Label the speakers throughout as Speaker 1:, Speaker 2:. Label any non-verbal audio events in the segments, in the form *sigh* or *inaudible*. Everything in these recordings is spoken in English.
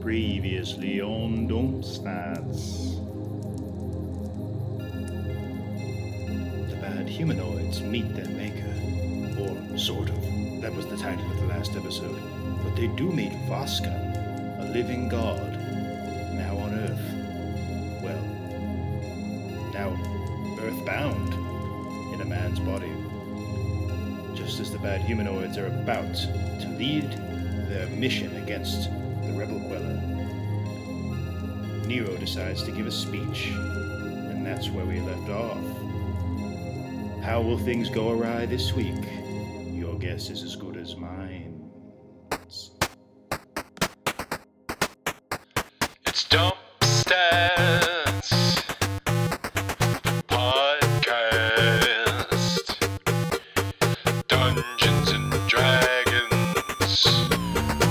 Speaker 1: Previously on Dompstats. The bad humanoids meet their maker. Or, sort of. That was the title of the last episode. But they do meet Vaska, a living god, now on Earth. Well, now earthbound in a man's body. Just as the bad humanoids are about to lead their mission against the rebel Queller, Nero decides to give a speech, and that's where we left off. How will things go awry this week? Your guess is as good as mine.
Speaker 2: It's Dump Stats Podcast Dungeons and Dragons.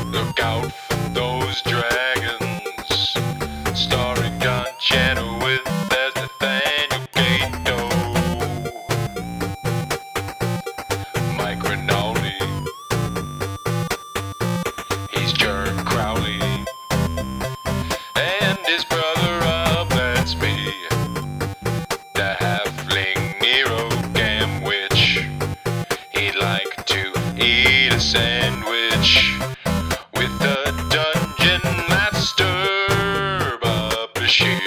Speaker 2: Look out for those dragons. Starring John Chenoweth as Nathaniel Gato. Mike Rinaldi. He's Jerk Crowley and his brother Rob, that's me. The halfling Nero Gamwich. He'd like to eat a sandwich with the dungeon master, Bob Bashir.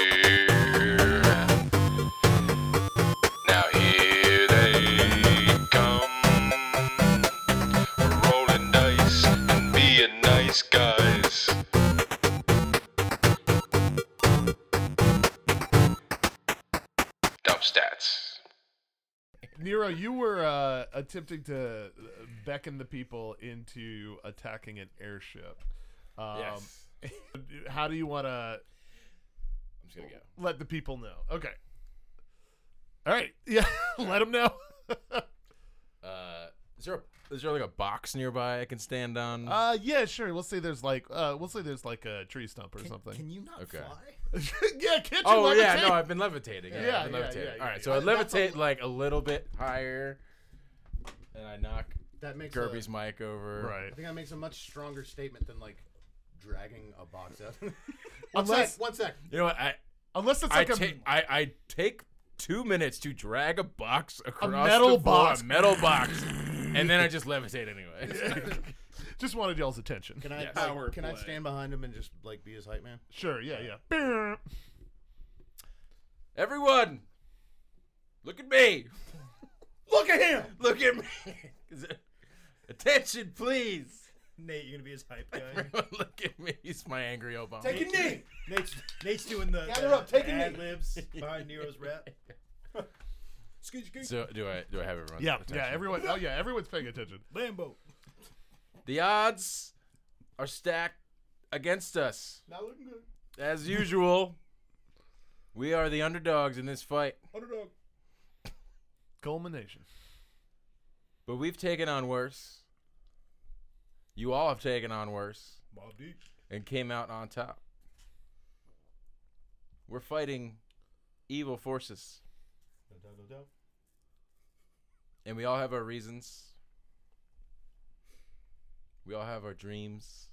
Speaker 2: Now here they come. We're rolling dice and being nice guys. Dump stats.
Speaker 3: Nero, you were uh, attempting to beckon the people into attacking an airship. Um,
Speaker 4: Yes.
Speaker 3: How do you want to
Speaker 4: I'm just gonna go.
Speaker 3: let the people know? Okay. All right. *laughs* Yeah. let them know. *laughs*
Speaker 4: Uh, is there a, is there like a box nearby I can stand on?
Speaker 3: Uh, yeah, sure. We'll say there's like uh, we'll say there's like a tree stump or something.
Speaker 5: Can you not
Speaker 4: Okay.
Speaker 5: fly?
Speaker 3: *laughs* yeah. Can't you?
Speaker 4: oh yeah,
Speaker 3: levitate?
Speaker 4: no, I've been levitating.
Speaker 3: Yeah,
Speaker 4: I've been
Speaker 3: yeah,
Speaker 4: levitating.
Speaker 3: yeah, yeah,
Speaker 4: All right,
Speaker 3: yeah.
Speaker 4: so I
Speaker 5: Uh, that's
Speaker 4: levitate
Speaker 5: a-
Speaker 4: like a little bit higher, and I knock
Speaker 5: That makes
Speaker 4: Gerby's
Speaker 5: A,
Speaker 4: mic over.
Speaker 3: *laughs* Right.
Speaker 5: I think that makes a much stronger statement than like dragging a box out. *laughs* one
Speaker 3: Unless-
Speaker 5: sec, one sec.
Speaker 4: You know what? I
Speaker 3: Unless it's
Speaker 4: I
Speaker 3: like a
Speaker 4: take I I take two minutes to drag a box across
Speaker 3: metal
Speaker 4: the floor,
Speaker 3: box.
Speaker 4: a metal
Speaker 3: *laughs*
Speaker 4: box, and then I just levitate anyway. *laughs*
Speaker 3: just wanted y'all's attention.
Speaker 5: Can I
Speaker 4: Yes.
Speaker 5: like,
Speaker 4: Power
Speaker 5: can I
Speaker 4: play.
Speaker 5: stand behind him and just like be his hype man?
Speaker 3: Sure. Yeah. Yeah.
Speaker 4: Everyone, look at me.
Speaker 5: *laughs* Look at him.
Speaker 4: Look at me. *laughs* Attention, please. *laughs*
Speaker 6: Nate, you're gonna be his
Speaker 5: *laughs*
Speaker 6: hype guy.
Speaker 4: Everyone look at me. He's my angry Obama.
Speaker 5: Take a knee.
Speaker 6: Nate's, Nate's doing the,
Speaker 5: Gather
Speaker 6: the,
Speaker 5: up, take a knee. *laughs*
Speaker 6: ad libs behind Nero's rap. Scoot, scoot,
Speaker 4: So do I? Do I have everyone?
Speaker 3: Yeah. Yeah. Everyone. Oh yeah. Everyone's paying attention.
Speaker 6: Lambo.
Speaker 4: The odds are stacked against us
Speaker 5: Not looking good.
Speaker 4: as usual. we are the underdogs in this fight,
Speaker 6: Underdog.
Speaker 3: Culmination.
Speaker 4: but we've taken on worse. You all have taken on worse
Speaker 6: Mob Deep.
Speaker 4: and came out on top. We're fighting evil forces,
Speaker 6: No doubt, no doubt.
Speaker 4: and we all have our reasons. We all have our dreams.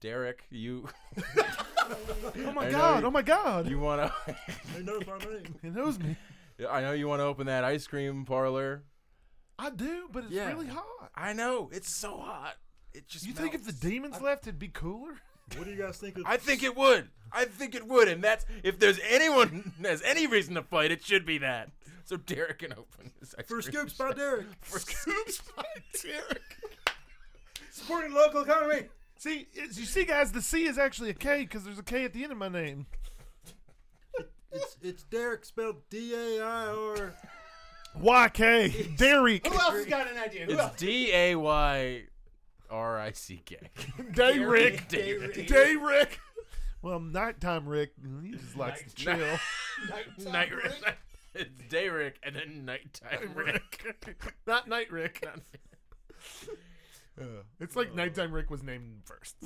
Speaker 4: Derek, you *laughs*
Speaker 3: Oh
Speaker 4: I
Speaker 3: my
Speaker 4: know
Speaker 3: god.
Speaker 4: you-
Speaker 3: Oh my god.
Speaker 4: you want to
Speaker 6: Hey, no, it's not my name.
Speaker 3: he knows me.
Speaker 4: Yeah, *laughs* I know you want to open that ice cream parlor.
Speaker 3: I do, but it's
Speaker 4: Yeah.
Speaker 3: really hot.
Speaker 4: I know it's so hot. It just.
Speaker 3: You think if the demons left, it'd be cooler? *laughs*
Speaker 6: What do you guys think of?
Speaker 4: I think it would. I think it would, and that's if there's anyone *laughs* has any reason to fight, it should be that. So Derek can open his ice
Speaker 6: for
Speaker 4: cream
Speaker 6: scoops
Speaker 4: shop.
Speaker 6: by Derek,
Speaker 4: *laughs* For scoops by Derek.
Speaker 6: supporting the local economy.
Speaker 3: See, as you see, guys, the C is actually a K because there's a K at the end of my name.
Speaker 6: It's it's Derek spelled D A I
Speaker 5: *laughs*
Speaker 6: R.
Speaker 3: YK. Derek.
Speaker 5: Who else has got an idea? Who
Speaker 6: *laughs*
Speaker 5: else?
Speaker 4: It's D A Y R I C K.
Speaker 3: Derek.
Speaker 6: Derek.
Speaker 3: Derek. Well, nighttime Rick, he just likes to chill.
Speaker 4: Night Rick. It's Derek and then nighttime Rick.
Speaker 3: Not Night Rick. it's like Nighttime Rick was named first.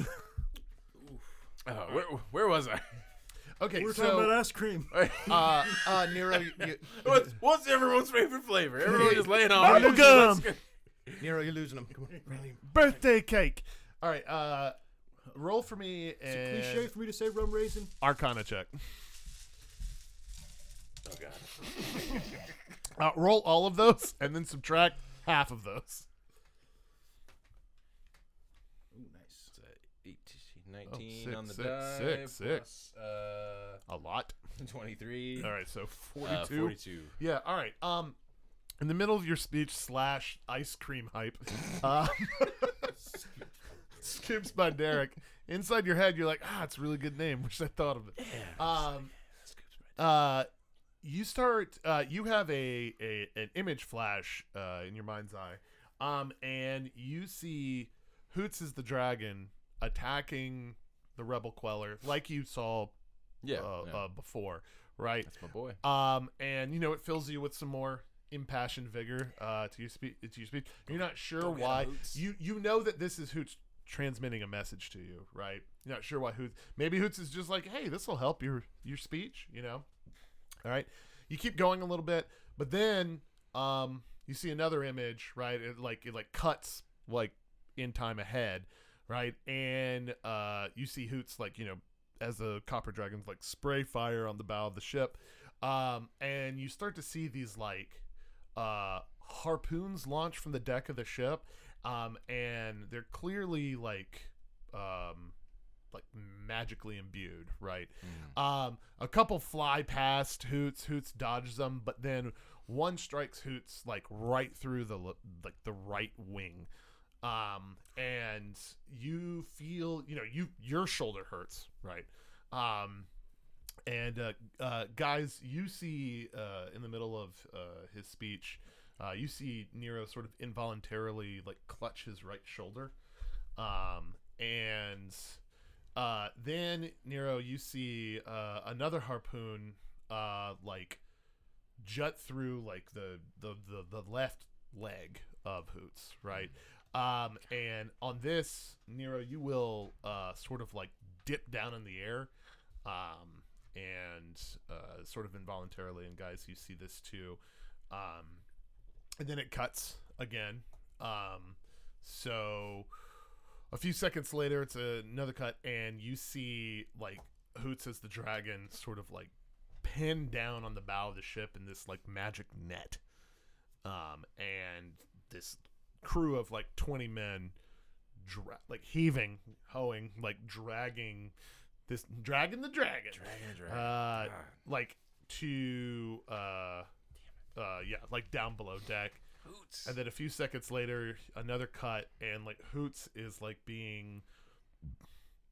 Speaker 4: Oh, where, where was I? *laughs*
Speaker 3: okay,
Speaker 6: We're talking about
Speaker 3: so
Speaker 6: ice cream.
Speaker 5: Uh, uh, Nero, you, you-
Speaker 4: What's, what's everyone's favorite flavor? Everyone just laying on.
Speaker 3: Bubblegum.
Speaker 5: Nero, you're losing him. Come on, rally him.
Speaker 3: birthday cake. All right, uh, roll for me
Speaker 6: It's a cliche
Speaker 3: and
Speaker 6: for me to say rum raisin.
Speaker 3: Arcana check.
Speaker 4: Oh god.
Speaker 3: *laughs* Uh, roll all of those and then subtract half of those.
Speaker 6: Ooh, nice.
Speaker 4: It's, uh, 18,
Speaker 3: Oh,
Speaker 4: 19
Speaker 3: six,
Speaker 4: on the
Speaker 3: six,
Speaker 4: die.
Speaker 3: six, six.
Speaker 4: plus, uh,
Speaker 3: A lot.
Speaker 4: 23.
Speaker 3: All right, so forty-two.
Speaker 4: Uh, 42.
Speaker 3: Yeah. All right. Um, in the middle of your speech slash ice cream hype, uh, *laughs* skips by Derek. Inside your head, you're like, ah, it's a really good name. Wish I thought of it. Um, uh, you start. Uh, you have a, a an image flash uh, in your mind's eye, um, and you see Hoots is the dragon attacking the rebel queller, like you saw
Speaker 4: Yeah.
Speaker 3: uh,
Speaker 4: yeah.
Speaker 3: Uh, before, right?
Speaker 4: That's my boy.
Speaker 3: Um, and you know it fills you with some more impassioned vigor uh, to your speech. To your speech, you're not sure
Speaker 4: get 'em,
Speaker 3: why.
Speaker 4: Hoots.
Speaker 3: You you know that this is Hoots transmitting a message to you, right? You're not sure why Hoots. Maybe Hoots is just like, hey, this will help your your speech. You know, all right. You keep going a little bit, but then um, you see another image, right? It like it like cuts like in time ahead, right? And uh, you see Hoots like you know as the copper dragons like spray fire on the bow of the ship, um, and you start to see these like uh, harpoons launch from the deck of the ship, um, and they're clearly like um, like magically imbued, right?
Speaker 4: Mm.
Speaker 3: Um, a couple fly past Hoots. Hoots dodges them, but then one strikes Hoots like right through the l- like the right wing, um, and you feel you know you your shoulder hurts, right? Um, and uh, uh, guys, you see uh, in the middle of uh, his speech, uh, you see Nero sort of involuntarily like clutch his right shoulder, um, and uh, then Nero, you see uh, another harpoon uh, like jut through like the the the, the left leg of Hoots, right? Um, and on this, Nero, you will uh, sort of like dip down in the air, um, and uh, sort of involuntarily. And guys, you see this too. Um, and then it cuts again. Um, so a few seconds later, it's another cut, and you see like Hoots as the dragon sort of like pinned down on the bow of the ship in this like magic net, um, and this crew of like twenty men, dra- like heaving, hoeing, like dragging this dragging the dragon,
Speaker 4: Dragon, dragon.
Speaker 3: uh,
Speaker 4: God.
Speaker 3: like to uh, uh, yeah, like down below deck.
Speaker 4: Hoots.
Speaker 3: And then a few seconds later, another cut, and like Hoots is like being,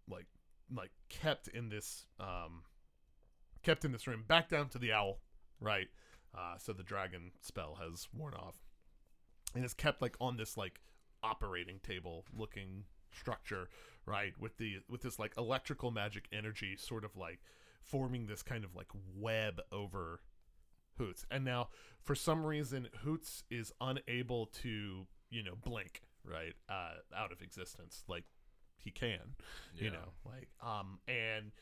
Speaker 3: like, like kept in this, um, kept in this room, back down to the owl, right? Uh, so the dragon spell has worn off, and is kept like on this like operating table looking structure, right? With the with this like electrical magic energy, sort of like forming this kind of like web over Hoots. And now, for some reason, Hoots is unable to, you know, blink right uh, out of existence like he can, you
Speaker 4: Yeah.
Speaker 3: know, like um, and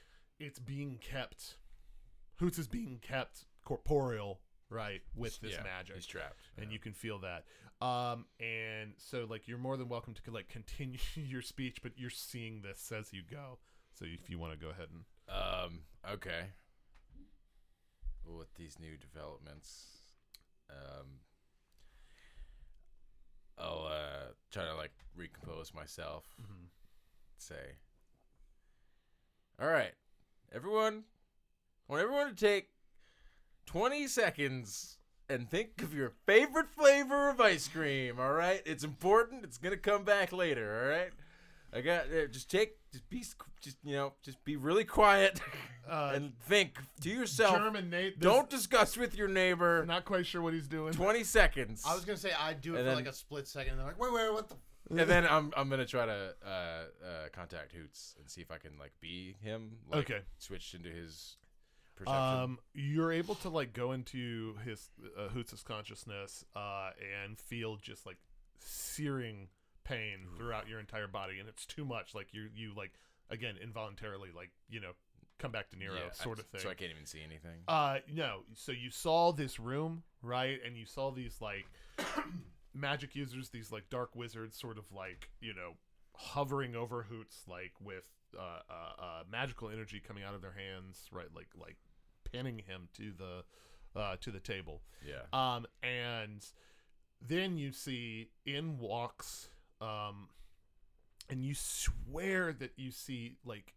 Speaker 3: it's being kept. Hoots is being kept corporeal, right, with this
Speaker 4: Yeah,
Speaker 3: magic
Speaker 4: He's trapped.
Speaker 3: and you can feel that um and so like you're more than welcome to like continue *laughs* your speech but you're seeing this as you go so if you want to go ahead and
Speaker 4: Um. Okay. With these new developments, um, I'll uh, try to like recompose myself. Say, all right, everyone. I want everyone to take twenty seconds and think of your favorite flavor of ice cream. All right, it's important. It's gonna come back later. All right. I got uh, just take just be s- just you know just be really quiet
Speaker 3: Uh,
Speaker 4: *laughs* and think to yourself.
Speaker 3: German Nate this-
Speaker 4: Don't discuss with your neighbor.
Speaker 3: not quite sure what he's doing
Speaker 4: Twenty seconds,
Speaker 5: I was gonna say I'd do it
Speaker 4: And
Speaker 5: for
Speaker 4: then-
Speaker 5: like a split second, and they're like, wait, wait, what the?
Speaker 4: and then I'm I'm gonna try to uh, uh, contact Hoots and see if I can like be him. Like,
Speaker 3: Okay.
Speaker 4: switched into his perception.
Speaker 3: um you're able to like go into his uh, Hoots' consciousness uh and feel just like searing pain throughout your entire body and it's too much like you you like again involuntarily like you know come back to Nero
Speaker 4: Yeah, I-
Speaker 3: sort of thing
Speaker 4: So I can't even see anything.
Speaker 3: Uh, no. So you saw this room, right? And you *coughs* saw these like magic users, these like dark wizards, sort of like you know hovering over Hoots like with uh, uh, uh, magical energy coming out of their hands, right? Like like pinning him to the uh, to the table.
Speaker 4: Yeah.
Speaker 3: Um, and then you see in walks, um, and you swear that you see like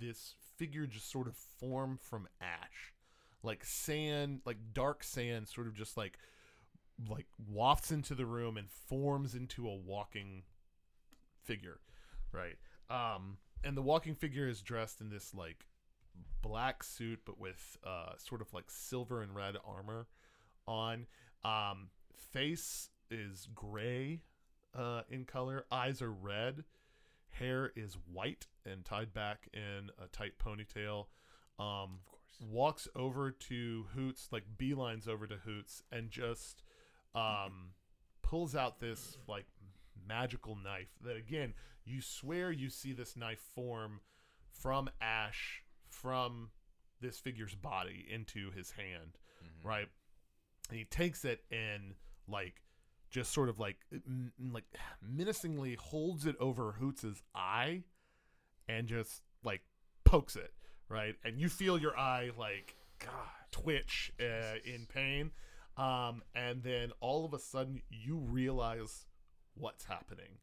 Speaker 3: this figure just sort of form from ash, like sand, like dark sand, sort of just like like wafts into the room and forms into a walking figure, right? Um, and the walking figure is dressed in this like black suit, but with uh, sort of like silver and red armor on. Um, face is gray uh, in color, eyes are red, hair is white and tied back in a tight ponytail. Um, of course. Walks over to Hoots, like beelines over to Hoots, and just um, pulls out this like magical knife that again you swear you see this knife form from ash from this figure's body into his hand right and he takes it and like just sort of like m- m- like menacingly holds it over hoots's eye and just like pokes it right and you feel your eye like god twitch uh, in pain um and then all of a sudden you realize what's happening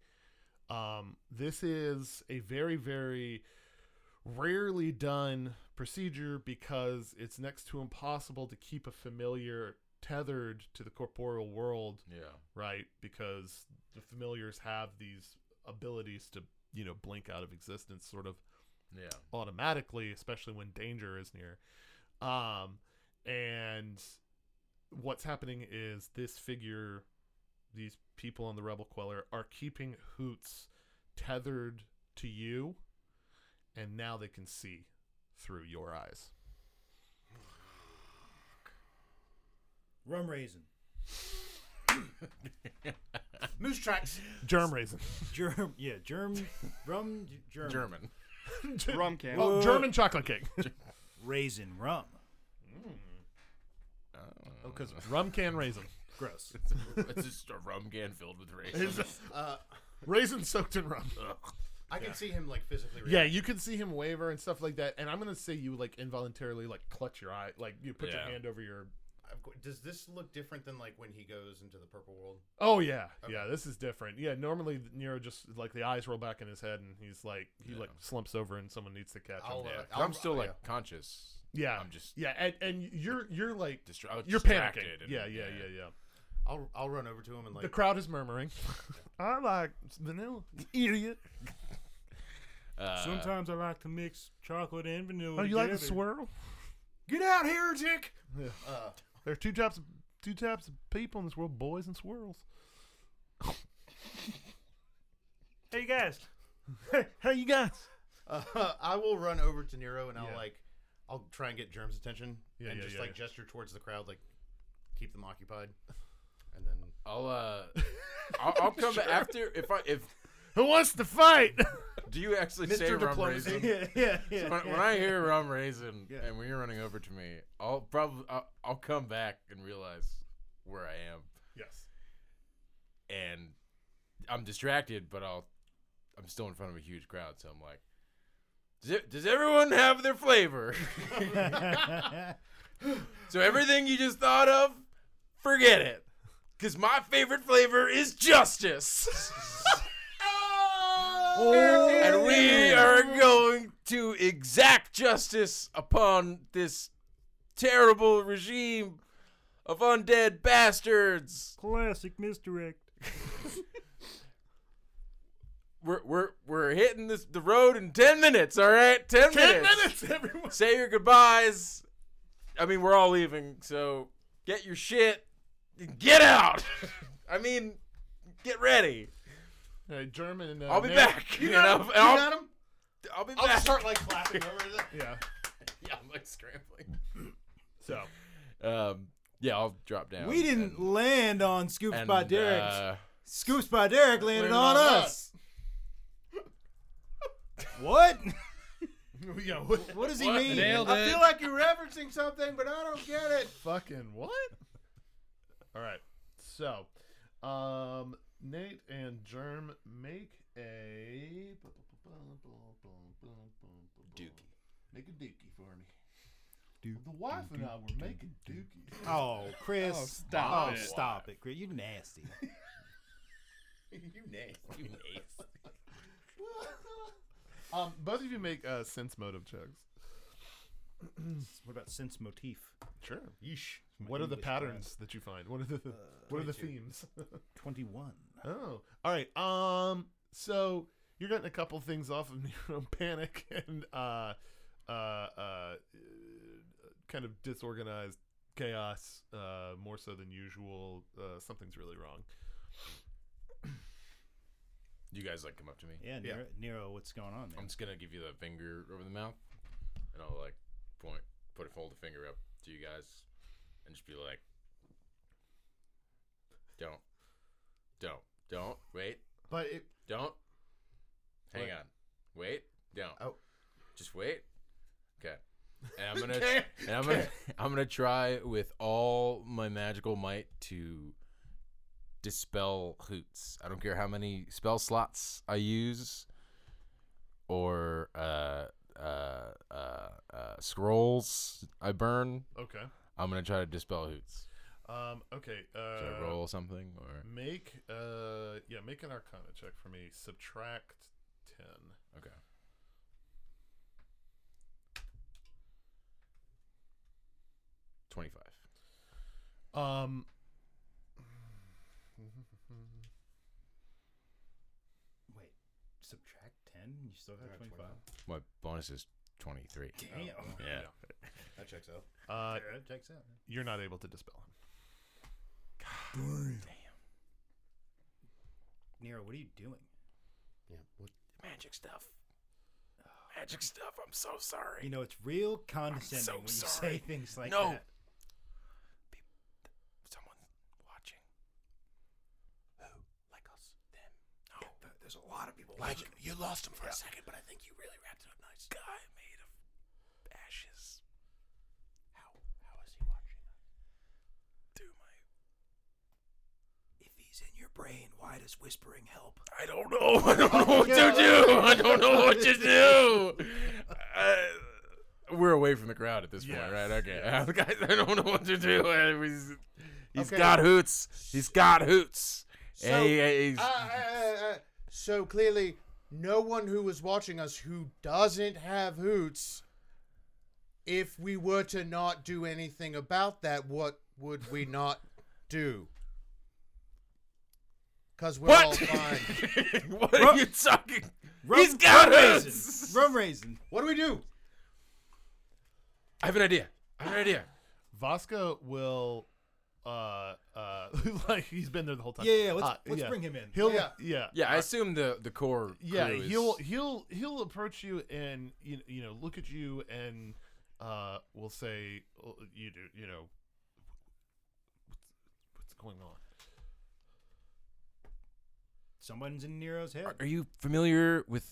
Speaker 3: um this is a very very rarely done procedure because it's next to impossible to keep a familiar tethered to the corporeal world
Speaker 4: Yeah.
Speaker 3: right? Because the familiars have these abilities to, you know, blink out of existence sort of
Speaker 4: Yeah.
Speaker 3: automatically, especially when danger is near. Um, and what's happening is this figure, these people on the Rebel Queller, are keeping Hoots tethered to you, and now they can see through your eyes.
Speaker 6: Rum raisin. Moose tracks.
Speaker 3: Germ
Speaker 4: *laughs*
Speaker 3: raisin.
Speaker 6: Germ. Yeah, germ. Rum. Germ.
Speaker 4: German.
Speaker 7: Rum can.
Speaker 3: Oh, German chocolate cake.
Speaker 6: Raisin rum.
Speaker 4: *laughs* Oh, because
Speaker 3: Rum can
Speaker 4: *laughs*
Speaker 3: raisin.
Speaker 6: Gross.
Speaker 4: it's just a rum can filled with raisins.
Speaker 5: Uh,
Speaker 3: *laughs* Raisin soaked in rum.
Speaker 5: I can see him like physically. React.
Speaker 3: Yeah, you can see him waver and stuff like that. And I'm gonna say you like involuntarily like clutch your eye, like you put your
Speaker 4: Yeah.
Speaker 3: hand over your.
Speaker 5: Of cour- Does this look different than like when he goes into the purple world?
Speaker 3: Oh yeah, yeah. This is different. Yeah, normally Nero just like the eyes roll back in his head and he's like he like slumps over and someone needs to catch him.
Speaker 5: I'll, uh,
Speaker 4: Yeah, 'cause
Speaker 5: I'll-
Speaker 4: I'm still like
Speaker 5: yeah.
Speaker 4: conscious.
Speaker 3: yeah,
Speaker 4: I'm just
Speaker 3: yeah, and, and you're you're like
Speaker 4: distra- I was
Speaker 3: you're
Speaker 4: distracted.
Speaker 3: panicking.
Speaker 4: and-
Speaker 3: Yeah, yeah, yeah, yeah.
Speaker 5: I'll I'll run over to him and
Speaker 3: The
Speaker 5: like
Speaker 3: crowd is murmuring. I like vanilla, idiot.
Speaker 4: Uh,
Speaker 6: Sometimes I like to mix chocolate and vanilla.
Speaker 3: Oh, you like the
Speaker 6: together.
Speaker 3: swirl?
Speaker 5: get out here, Dick. Uh,
Speaker 3: There are two types of two types of people in this world: boys and swirls.
Speaker 6: Hey *laughs* guys,
Speaker 3: Hey, hey, you guys.
Speaker 5: uh, *laughs* I will run over to Nero and I'll
Speaker 3: Yeah.
Speaker 5: like I'll try and get Germ's attention
Speaker 3: Yeah,
Speaker 5: and
Speaker 3: yeah,
Speaker 5: just
Speaker 3: yeah,
Speaker 5: like
Speaker 3: yeah.
Speaker 5: gesture towards the crowd, like keep them occupied. And then
Speaker 3: *laughs*
Speaker 4: I'll uh, I'll, I'll come after if I if
Speaker 3: Who wants to fight? *laughs*
Speaker 4: do you actually
Speaker 5: Mr.
Speaker 4: say rum
Speaker 5: Diplomacy.
Speaker 4: raisin?
Speaker 6: yeah, yeah, yeah.
Speaker 4: When, when I hear rum raisin
Speaker 6: Yeah.
Speaker 4: and when you're running over to me, I'll probably I'll, I'll come back and realize where I am,
Speaker 3: yes.
Speaker 4: and I'm distracted, but I'll I'm still in front of a huge crowd, so I'm like, does, it, does everyone have their flavor? *laughs* So everything you just thought of, forget it. Cause my favorite flavor is justice.
Speaker 6: Oh,
Speaker 4: *laughs* and we are going to exact justice upon this terrible regime of undead bastards.
Speaker 6: Classic misdirect.
Speaker 4: We're we're we're hitting this the road in ten minutes, alright? Ten,
Speaker 3: everyone.
Speaker 4: Say your goodbyes. I mean, we're all leaving, so get your shit. and Get out. *laughs* I mean, get ready.
Speaker 3: Uh, German. And, uh,
Speaker 4: I'll be
Speaker 3: Nero-
Speaker 4: back. You, know,
Speaker 5: You
Speaker 4: I'll,
Speaker 5: got him.
Speaker 4: I'll be
Speaker 5: I'll
Speaker 4: back.
Speaker 5: start like clapping over the
Speaker 3: Yeah.
Speaker 4: *laughs* yeah, I'm like scrambling.
Speaker 3: So
Speaker 4: Um, yeah, I'll drop down.
Speaker 6: We didn't
Speaker 4: and-
Speaker 6: land on Scoops
Speaker 4: and,
Speaker 6: by Derek.
Speaker 4: uh,
Speaker 6: Scoops by Derek landed
Speaker 4: landed
Speaker 6: on,
Speaker 4: on
Speaker 3: *laughs*
Speaker 6: us. what?
Speaker 3: yeah.
Speaker 6: What does he mean?
Speaker 7: Nailed it.
Speaker 5: I feel like you're referencing something, but I don't get it.
Speaker 3: Fucking what? All right. So, um, Nate and Germ make a wife and I were making dookies.
Speaker 6: Oh, Chris.
Speaker 1: Oh, stop
Speaker 6: Oh,
Speaker 1: it.
Speaker 6: stop it, Chris. You nasty.
Speaker 5: you nasty.
Speaker 4: You ace.
Speaker 3: Um, both of you make uh, sense motive checks.
Speaker 1: *laughs* What about sense motif?
Speaker 3: Sure.
Speaker 1: Yeesh.
Speaker 3: What are the patterns that you find? What are the
Speaker 4: Uh,
Speaker 3: what are the
Speaker 4: *laughs*
Speaker 3: themes?
Speaker 1: Twenty-one.
Speaker 3: Oh, all right. Um, so you're getting a couple things off of *laughs* Nero Panic and uh, uh, uh, kind of disorganized chaos, uh, more so than usual. Uh, something's really wrong.
Speaker 4: You guys like come up to me.
Speaker 1: Yeah, Nero, Nero, what's going on,
Speaker 4: I'm
Speaker 1: man?
Speaker 4: just gonna give you the finger over the mouth, and I'll like point, put a fold a finger up to you guys, and just be like, "Don't, don't, don't, wait,
Speaker 3: But it,
Speaker 4: don't, hang
Speaker 3: What?
Speaker 4: on, wait, don't,
Speaker 5: Oh.
Speaker 4: just wait, okay." And
Speaker 3: *laughs*
Speaker 4: I'm gonna, and I'm gonna, I'm gonna try with all my magical might to dispel hoots. I don't care how many spell slots I use or uh, uh, uh, uh, scrolls I burn.
Speaker 3: okay.
Speaker 4: I'm gonna try to dispel hoots.
Speaker 3: Um, okay. Uh,
Speaker 4: Should I roll something or
Speaker 3: Make uh, yeah, make an Arcana check for me. Subtract ten.
Speaker 4: okay? Twenty-five.
Speaker 3: Um.
Speaker 1: Wait, subtract ten. You still have twenty-five.
Speaker 4: My bonus is twenty-three.
Speaker 1: Damn.
Speaker 4: Yeah.
Speaker 5: That checks out.
Speaker 3: Uh,
Speaker 1: That checks out. man.
Speaker 3: you're not able to dispel him.
Speaker 1: Nero, what are you doing?
Speaker 5: Yeah. What?
Speaker 4: Magic stuff. Magic stuff. I'm so sorry.
Speaker 1: You know, it's real condescending
Speaker 4: so
Speaker 1: when you
Speaker 4: sorry.
Speaker 1: say things like
Speaker 4: No.
Speaker 1: that.
Speaker 4: Someone's watching. Who? Like us? Them? No.
Speaker 1: There's a lot of people
Speaker 4: Oh. Like you lost him for a second, but I think you really wrapped it up nice. Guy made of ashes. How how is he watching us? Through my
Speaker 7: If he's in your brain, why does whispering help?
Speaker 4: I don't know. *laughs* I don't know what to do. I don't know what to *laughs* do. Uh, we're away from the crowd at this point, right? Okay. *laughs* Guys, I don't know what to do. Uh, He's, he's
Speaker 5: Okay.
Speaker 4: got hoots. He's got hoots. And he-
Speaker 5: Uh,
Speaker 4: he's-
Speaker 3: uh,
Speaker 5: so clearly, no one who was watching us who doesn't have hoots. If we were to not do anything about that, what would we not do? Because we're all
Speaker 4: what?
Speaker 3: oh, *laughs*
Speaker 5: fine.
Speaker 4: *laughs* what are you talking? he's got hoots.
Speaker 6: Rum raisin.
Speaker 5: what do we do?
Speaker 4: I have an idea. I have an idea.
Speaker 3: Vasco will uh uh *laughs* like he's been there the whole time.
Speaker 6: Yeah, yeah, let's-
Speaker 3: Uh,
Speaker 6: let's bring him in.
Speaker 3: He'll yeah.
Speaker 5: Yeah.
Speaker 3: Yeah.
Speaker 4: Yeah, I assume the the core.
Speaker 3: Uh, Yeah,
Speaker 4: crew is-
Speaker 3: he'll he'll he'll approach you and you, you know look at you and uh will say well, you do you know what's, what's going on.
Speaker 1: Someone's in Nero's head.
Speaker 4: Are, are you familiar with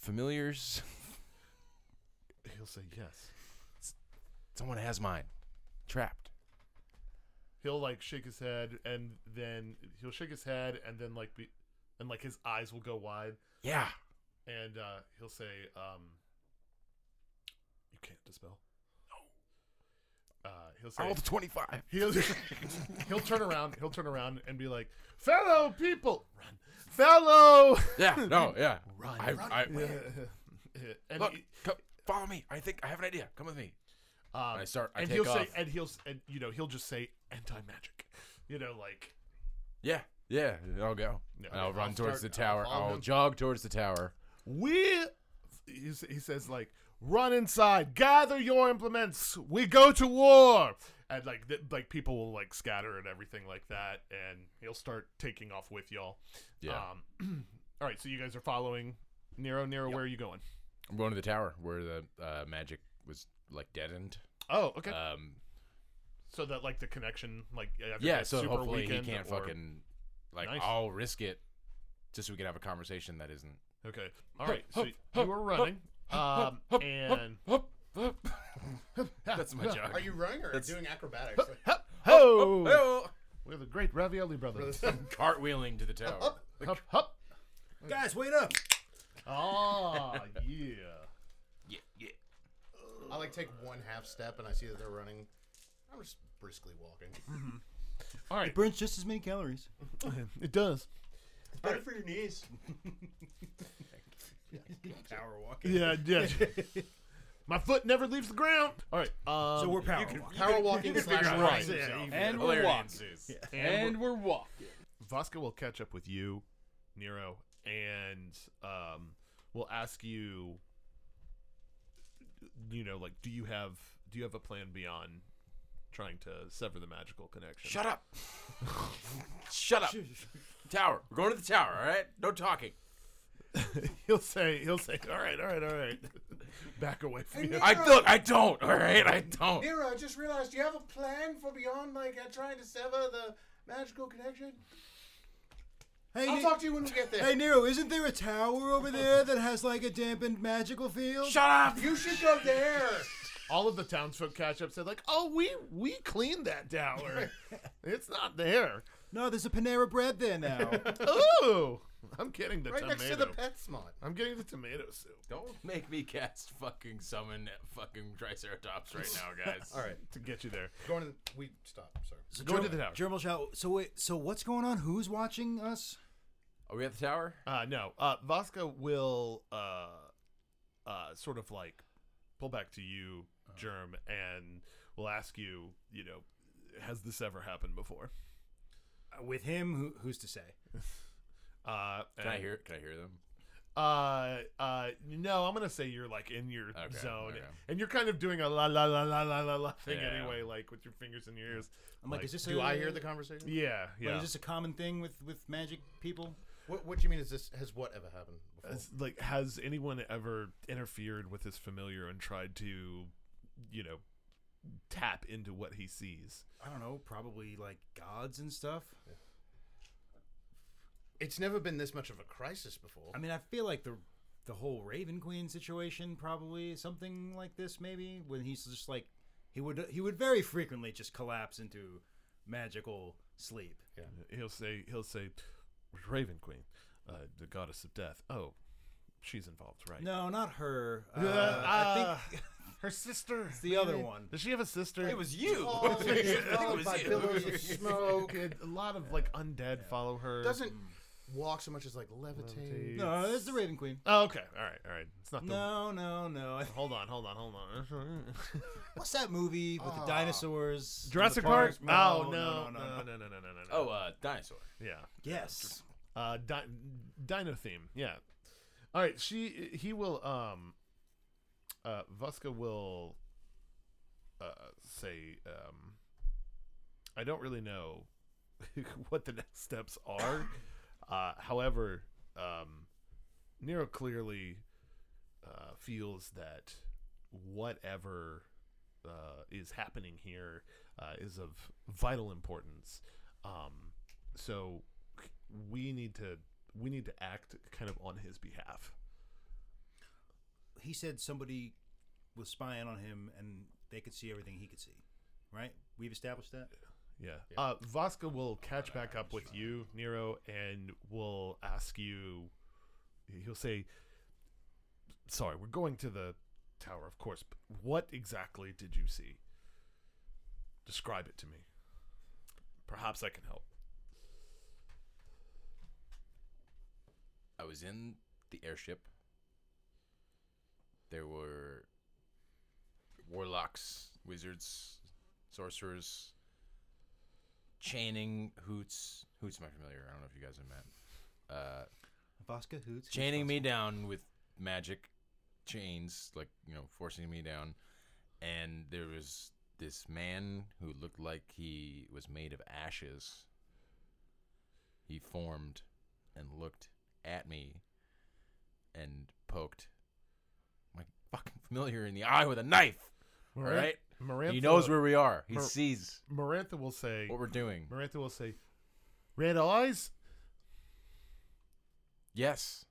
Speaker 4: familiars? *laughs*
Speaker 3: He'll say yes.
Speaker 4: Someone has mine trapped.
Speaker 3: He'll like shake his head and then he'll shake his head and then like be and like his eyes will go wide
Speaker 4: Yeah.
Speaker 3: and uh he'll say um you can't dispel. No. Uh, he'll say
Speaker 4: I rolled a 25.
Speaker 3: He'll *laughs* he'll *laughs* turn around. He'll turn around and be like, "Fellow people, run, fellow." *laughs*
Speaker 4: Yeah, no, yeah.
Speaker 3: Run,
Speaker 4: I,
Speaker 3: run. *laughs*
Speaker 4: I,
Speaker 3: and
Speaker 4: Look,
Speaker 3: he-
Speaker 4: come, follow me. I think I have an idea. Come with me.
Speaker 3: um,
Speaker 4: I start- I
Speaker 3: and
Speaker 4: take
Speaker 3: he'll say,
Speaker 4: off.
Speaker 3: and he'll s- and you know he'll just say anti magic, you know, like
Speaker 4: Yeah, yeah. I'll go.
Speaker 3: Yeah,
Speaker 4: I'll
Speaker 3: okay,
Speaker 4: run
Speaker 3: I'll
Speaker 4: towards
Speaker 3: start-
Speaker 4: the tower.
Speaker 3: I'll follow
Speaker 4: I'll,
Speaker 3: him.
Speaker 4: jog towards the tower.
Speaker 3: we. He, s- he says like, "Run inside, gather your implements. We go to war." And like th- like people will like scatter and everything like that, and he'll start taking off with y'all.
Speaker 4: Yeah.
Speaker 3: Um, *clears throat* all right, so you guys are following Nero. Nero, where are you going?
Speaker 4: I'm going to the tower where the uh, magic was like deadened.
Speaker 3: Oh, okay.
Speaker 4: Um,
Speaker 3: so that like the connection like after
Speaker 4: yeah,
Speaker 3: that
Speaker 4: so
Speaker 3: super
Speaker 4: hopefully he
Speaker 3: weekend
Speaker 4: can't
Speaker 3: or-
Speaker 4: fucking like.
Speaker 3: Nice.
Speaker 4: I'll risk it just so we can have a conversation that isn't.
Speaker 3: okay all right so you are running um and
Speaker 4: *laughs* That's my jog.
Speaker 5: Are you running or
Speaker 3: *laughs*
Speaker 5: doing acrobatics?
Speaker 4: *laughs*
Speaker 3: ho
Speaker 4: Oh,
Speaker 3: we're the great ravioli brothers
Speaker 4: cartwheeling to the tower.
Speaker 3: hup, hup.
Speaker 6: Guys, wait up.
Speaker 3: oh *laughs* yeah
Speaker 4: yeah, yeah.
Speaker 5: I like take one half step and I see that they're running. I'm just briskly
Speaker 3: *laughs*
Speaker 5: walking.
Speaker 3: All right,
Speaker 6: Burns just as many calories.
Speaker 3: it does.
Speaker 1: Better for your
Speaker 3: *laughs*
Speaker 1: knees.
Speaker 5: Power walking.
Speaker 3: Yeah, yeah. *laughs* My foot never leaves the ground. All right. Um,
Speaker 6: So we're power walking.
Speaker 5: Power walking slash
Speaker 3: figure out how to
Speaker 5: running.
Speaker 3: do
Speaker 5: Yeah,
Speaker 3: that.
Speaker 5: you-
Speaker 8: And we're
Speaker 4: Hilarity
Speaker 8: walking.
Speaker 4: ensues.
Speaker 3: and
Speaker 8: And we're walking.
Speaker 3: Vasco will catch up with you, Nero, and um, will ask you, you know, like, do you have do you have a plan beyond trying to sever the magical connection?
Speaker 4: Shut up. Shut up. Tower. We're going to the tower, all right? No talking.
Speaker 3: *laughs* he'll say he'll say, all right, all right, all right, *laughs* back away from you.
Speaker 4: I look, I don't, all right? I don't.
Speaker 5: Nero, I just realized you have a plan for beyond like uh, trying to sever the magical connection.
Speaker 6: Hey,
Speaker 5: I'll
Speaker 6: Ne-
Speaker 5: talk to you when we get there.
Speaker 6: hey, Nero, isn't there a tower over there that has like a dampened magical field?
Speaker 4: Shut up.
Speaker 5: you should go there.
Speaker 3: *laughs* All of the townsfolk catch up said like, oh, we we cleaned that tower. it's not there.
Speaker 6: No, there's a Panera Bread
Speaker 3: *laughs*
Speaker 6: there now.
Speaker 3: Oh, I'm getting the
Speaker 5: Right
Speaker 3: tomato.
Speaker 5: next to the PetSmart.
Speaker 3: I'm getting the tomato soup.
Speaker 4: *laughs* Don't make me cast fucking summon fucking Triceratops right now, *laughs* guys.
Speaker 5: All right,
Speaker 3: to get you there.
Speaker 5: going. To the, we stop. Sorry.
Speaker 6: so
Speaker 3: Go into
Speaker 6: Germ-
Speaker 3: the tower.
Speaker 6: Germal shout. So wait, so what's going on? Who's watching us?
Speaker 4: Are we at the tower?
Speaker 3: Uh, no. Uh, Vasco will uh, uh, sort of like pull back to you,
Speaker 6: Oh.
Speaker 3: Germ, and will ask you, you know, has this ever happened before?
Speaker 6: Uh, With him, who, who's to say?
Speaker 3: *laughs*
Speaker 6: *laughs*
Speaker 3: Uh,
Speaker 4: Can I
Speaker 3: and,
Speaker 4: hear? Can I hear
Speaker 5: *laughs*
Speaker 4: them?
Speaker 3: Uh, uh, no, I'm gonna say you're like in your
Speaker 4: Okay,
Speaker 3: zone,
Speaker 4: okay.
Speaker 3: and you're kind of doing a la la la la la la la thing
Speaker 4: Yeah.
Speaker 3: anyway, like with your fingers in your ears.
Speaker 6: I'm like, is this?
Speaker 5: Do
Speaker 6: a,
Speaker 5: I hear the conversation?
Speaker 3: Yeah,
Speaker 6: Like,
Speaker 3: yeah.
Speaker 6: Is this a common thing with with magic people?
Speaker 5: What, what do you mean? Is this has what ever happened before?
Speaker 3: Has, uh, like, has anyone ever interfered with his familiar and tried to, you know, tap into what he sees?
Speaker 6: I don't know. Probably like gods and stuff.
Speaker 5: It's never been this much of a crisis before.
Speaker 6: I mean, I feel like the the whole Raven Queen situation probably something like this. Maybe when he's just like he would he would very frequently just collapse into magical sleep.
Speaker 3: he'll say he'll say raven queen uh, the goddess of death oh she's involved right
Speaker 6: No, not
Speaker 3: *laughs*
Speaker 6: her. Uh, I
Speaker 3: Uh,
Speaker 6: think
Speaker 3: her sister
Speaker 6: it's the other one. Oh,
Speaker 3: does she have a sister
Speaker 4: It was you.
Speaker 6: *laughs*
Speaker 5: Tall,
Speaker 4: *laughs* I think it
Speaker 5: followed
Speaker 4: was
Speaker 5: by
Speaker 4: you.
Speaker 5: billows of smoke. It
Speaker 3: Good. a lot of like undead follow her
Speaker 5: doesn't walk so much as like levitate.
Speaker 6: No, it's the Raven Queen.
Speaker 3: oh, okay all right all right it's not the
Speaker 6: No, no, no. *laughs*
Speaker 3: hold on hold on hold on *laughs*
Speaker 6: What's that movie with the dinosaurs? in
Speaker 3: Ah. jurassic
Speaker 6: the
Speaker 3: park
Speaker 6: park?
Speaker 3: oh no no no no no no no no.
Speaker 4: *laughs* Oh, uh, dinosaur.
Speaker 3: yeah
Speaker 6: Yes.
Speaker 3: uh di- dino theme yeah all right she he will um uh Vuska will uh say um i don't really know *laughs* what the next steps are uh however um nero clearly uh feels that whatever uh, is happening here uh, is of vital importance um so we need to we need to act kind of on his behalf.
Speaker 6: He said somebody was spying on him and they could see everything he could see. Right? We've established that.
Speaker 3: Yeah. Uh, Vasca will catch back up with you, Nero, and will ask you. He'll say, "Sorry, we're going to the tower, of course. But what exactly did you see? Describe it to me. Perhaps I can help."
Speaker 4: I was in the airship. There were warlocks, wizards, sorcerers, chaining Hoots. Hoots, my familiar. I don't know if you guys have met. Uh,
Speaker 6: Vasca Hoots.
Speaker 4: chaining me down with magic chains, like you know, forcing me down. And there was this man who looked like he was made of ashes. He formed and looked at me and poked my fucking familiar in the eye with a knife. All right,
Speaker 3: Marantha,
Speaker 4: he knows where we are. He
Speaker 3: Mar-
Speaker 4: sees
Speaker 3: Marantha will say.
Speaker 4: what we're doing.
Speaker 3: Marantha will say, "Red eyes,
Speaker 4: Yes,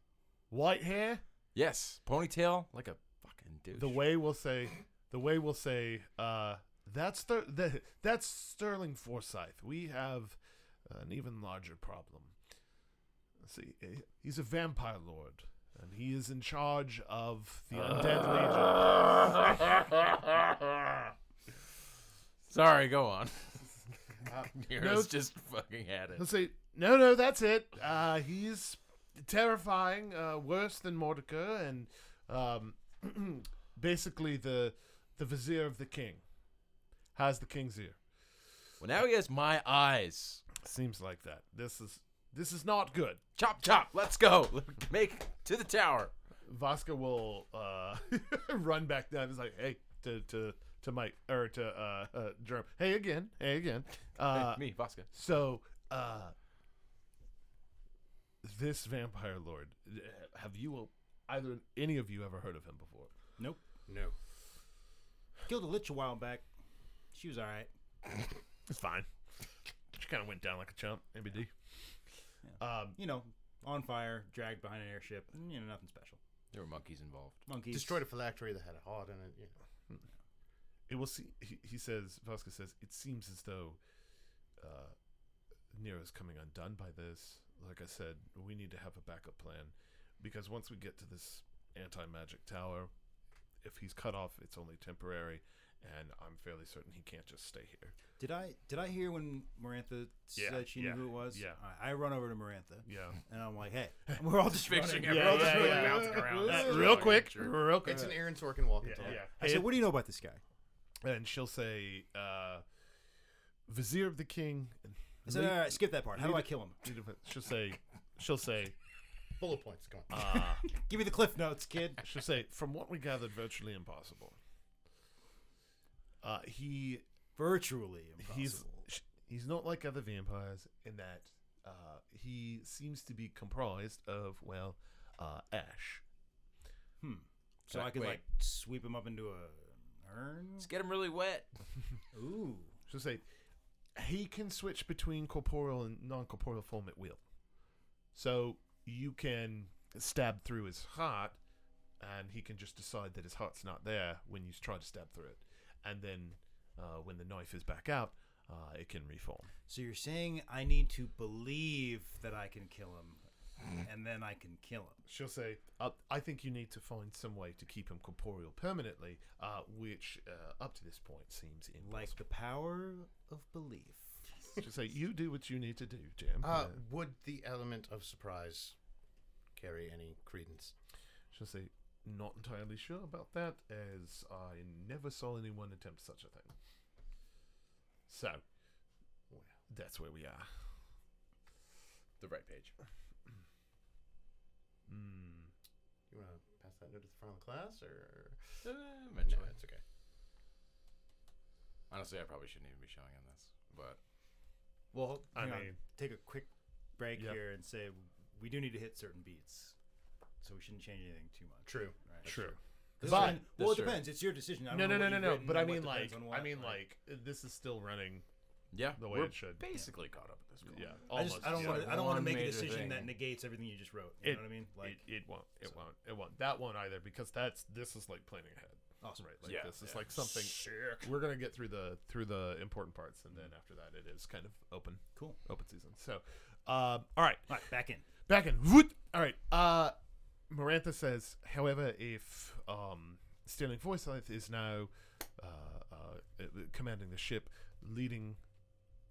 Speaker 3: white hair."
Speaker 4: yes, ponytail like a fucking dude.
Speaker 3: the way we'll say the way we'll say uh that's the, the that's sterling forsyth we have an even larger problem Let's see eh, he's a vampire lord and he is in charge of the undead legion.
Speaker 4: Sorry, go
Speaker 3: *laughs*
Speaker 4: on.
Speaker 3: no-
Speaker 4: *laughs* Nero's just fucking at it.
Speaker 3: Let's see. No, no, that's it. Uh, he's terrifying, uh, worse than Mordecai, and um, *clears throat* basically the the vizier of the king has the king's ear.
Speaker 4: Well, now he has my eyes.
Speaker 3: Seems like that. This is this is not good.
Speaker 4: Chop, chop. Let's go. Make it to the tower.
Speaker 3: Vasca will uh, *laughs* run back down. He's like, hey, to to to Mike or to uh, uh, Jerome. Hey again. Hey again. *laughs* Uh,
Speaker 4: Me, Vasca.
Speaker 3: So, uh, this vampire lord, have you either any of you ever heard of him before?
Speaker 6: Nope.
Speaker 5: No.
Speaker 6: Killed a lich a while back. She was all right.
Speaker 3: It's fine. She kind of went down like a chump, MBD. Um,
Speaker 6: You know, on fire, dragged behind an airship. and, You know, nothing special.
Speaker 4: There were monkeys involved.
Speaker 6: Monkeys.
Speaker 5: Destroyed a phylactery that had a heart in it. You know.
Speaker 3: it will see. He, he says, Vasquez says, it seems as though uh, Nero's coming undone by this. Like I said, we need to have a backup plan because once we get to this anti-magic tower, if he's cut off, it's only temporary, and I'm fairly certain he can't just stay here.
Speaker 6: Did I did I hear when Marantha
Speaker 3: Yeah,
Speaker 6: said she
Speaker 3: yeah,
Speaker 6: knew who it was?
Speaker 3: yeah.
Speaker 6: All right, I run over to Marantha.
Speaker 3: Yeah.
Speaker 6: And I'm like, hey, we're
Speaker 3: *laughs*
Speaker 6: all just fixing
Speaker 4: Yeah,
Speaker 6: Running.
Speaker 4: yeah,
Speaker 6: We're all just running.
Speaker 4: yeah. bouncing around.
Speaker 3: Uh, *laughs*
Speaker 4: That's
Speaker 3: real
Speaker 4: fucking
Speaker 3: quick,
Speaker 4: true.
Speaker 3: real quick.
Speaker 5: It's an Aaron Sorkin walk and talk.
Speaker 6: I said, what do you know about this guy?
Speaker 3: and she'll say, uh, "Vizier of the king." and
Speaker 6: I said,
Speaker 3: lead-
Speaker 6: all right, skip that part. How do I kill him?
Speaker 3: lead of it." She'll say, "She'll say,
Speaker 5: Bullet points. Come on.
Speaker 6: Give me the cliff
Speaker 3: *laughs*
Speaker 6: notes, kid.
Speaker 3: she'll say." From what we gathered, virtually impossible. Uh, he
Speaker 6: Virtually impossible.
Speaker 3: he's sh- he's not like other vampires in that uh, he seems to be comprised of well, uh, ash.
Speaker 6: so I could
Speaker 4: Wait.
Speaker 6: like sweep him up into a urn.
Speaker 4: Let's get him really wet.
Speaker 6: Ooh.
Speaker 3: She'll say, he can switch between corporeal and non-corporeal form at will. So you can stab through his heart, and he can just decide that his heart's not there when you try to stab through it. And then uh, when the knife is back out, uh, it can reform.
Speaker 6: So you're saying I need to believe that I can kill him, and then I can kill him.
Speaker 3: She'll say, uh, I think you need to find some way to keep him corporeal permanently, uh, which uh, up to this point seems impossible.
Speaker 6: Like the power of belief.
Speaker 3: She'll say, you do what you need to do, Jim. Yeah.
Speaker 5: Uh, would the element of surprise carry any credence?
Speaker 3: She'll say, not entirely sure about that, as I never saw anyone attempt such a thing. So, that's where we are.
Speaker 4: The right page.
Speaker 3: Mm.
Speaker 5: You want to pass that note to the front of the class, or
Speaker 4: Uh,
Speaker 5: no?
Speaker 4: eventually.
Speaker 5: It's okay.
Speaker 4: Honestly, I probably shouldn't even be showing him this, but
Speaker 6: Well,
Speaker 3: I
Speaker 6: hang on.
Speaker 3: mean-
Speaker 6: take a quick break
Speaker 3: Yep.
Speaker 6: here and say we do need to hit certain beats, so we shouldn't change anything too much.
Speaker 5: True.
Speaker 6: Right.
Speaker 3: True.
Speaker 6: This
Speaker 3: But-
Speaker 6: one- well, it
Speaker 4: That's true.
Speaker 6: depends. It's your decision. I don't
Speaker 3: No, no,
Speaker 6: know
Speaker 3: no,
Speaker 6: what
Speaker 3: no,
Speaker 6: you've
Speaker 3: no.
Speaker 6: written
Speaker 3: But
Speaker 6: and
Speaker 3: I
Speaker 6: what
Speaker 3: mean,
Speaker 6: depends
Speaker 3: like,
Speaker 6: on
Speaker 3: I
Speaker 6: what,
Speaker 3: mean,
Speaker 6: right?
Speaker 3: like, this is still running.
Speaker 4: yeah,
Speaker 3: The way
Speaker 4: we're
Speaker 3: it should.
Speaker 4: Basically caught up at this point.
Speaker 3: Yeah,
Speaker 6: I
Speaker 3: almost.
Speaker 6: just I don't
Speaker 3: yeah.
Speaker 6: want
Speaker 4: like
Speaker 6: to I don't want to
Speaker 4: one
Speaker 6: make
Speaker 4: major
Speaker 6: a decision
Speaker 4: thing.
Speaker 6: that negates everything you just wrote. You
Speaker 3: It-
Speaker 6: know what I mean? Like
Speaker 3: it, it won't. It won't. It won't. That won't either because that's this is like planning ahead.
Speaker 6: Awesome.
Speaker 3: Right. Like
Speaker 4: Yeah,
Speaker 3: this is
Speaker 4: yeah.
Speaker 3: like something we're gonna get through the through the important parts, and then after that, it is kind of open
Speaker 6: Mm. cool.
Speaker 3: open season. So, um, all right.
Speaker 6: All right, back in.
Speaker 3: back in. Voot. All right. Uh, Marantha says, however, if um, Sterling Forsyth is now uh, uh, uh, commanding the ship, leading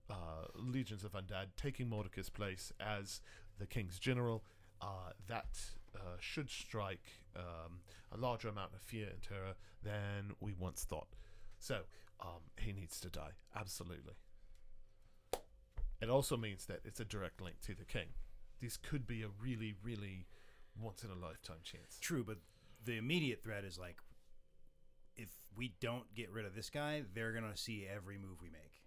Speaker 3: uh, legions of undead, taking Mordecai's place as the king's general, uh, that uh, should strike um, a larger amount of fear and terror than we once thought. So um, he needs to die, absolutely. It also means that it's a direct link to the king. This could be a really, really once in a lifetime chance.
Speaker 6: True, but the immediate threat is like if we don't get rid of this guy, they're gonna see every move we make.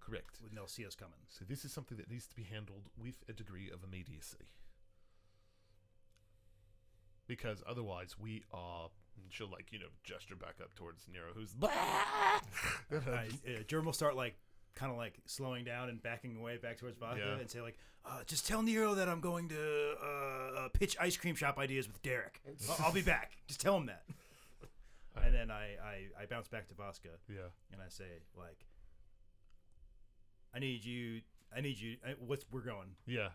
Speaker 3: Correct.
Speaker 6: When they'll see us coming.
Speaker 3: So this is something that needs to be handled with a degree of immediacy. Because otherwise we are and she'll like, you know, gesture back up towards Nero who's *laughs*
Speaker 6: uh, uh, Jerm will start like kind of like slowing down and backing away back towards Vodka
Speaker 3: Yeah.
Speaker 6: and say like, uh, "Just tell Nero that I'm going to uh, uh, pitch ice cream shop ideas with Derek. I'll, I'll be back. Just tell him that." And then I, I, I bounce back to Vasca
Speaker 3: Yeah.
Speaker 6: and I say *laughs* like, "I need you. I need you. I, what's we're going?
Speaker 3: Yeah.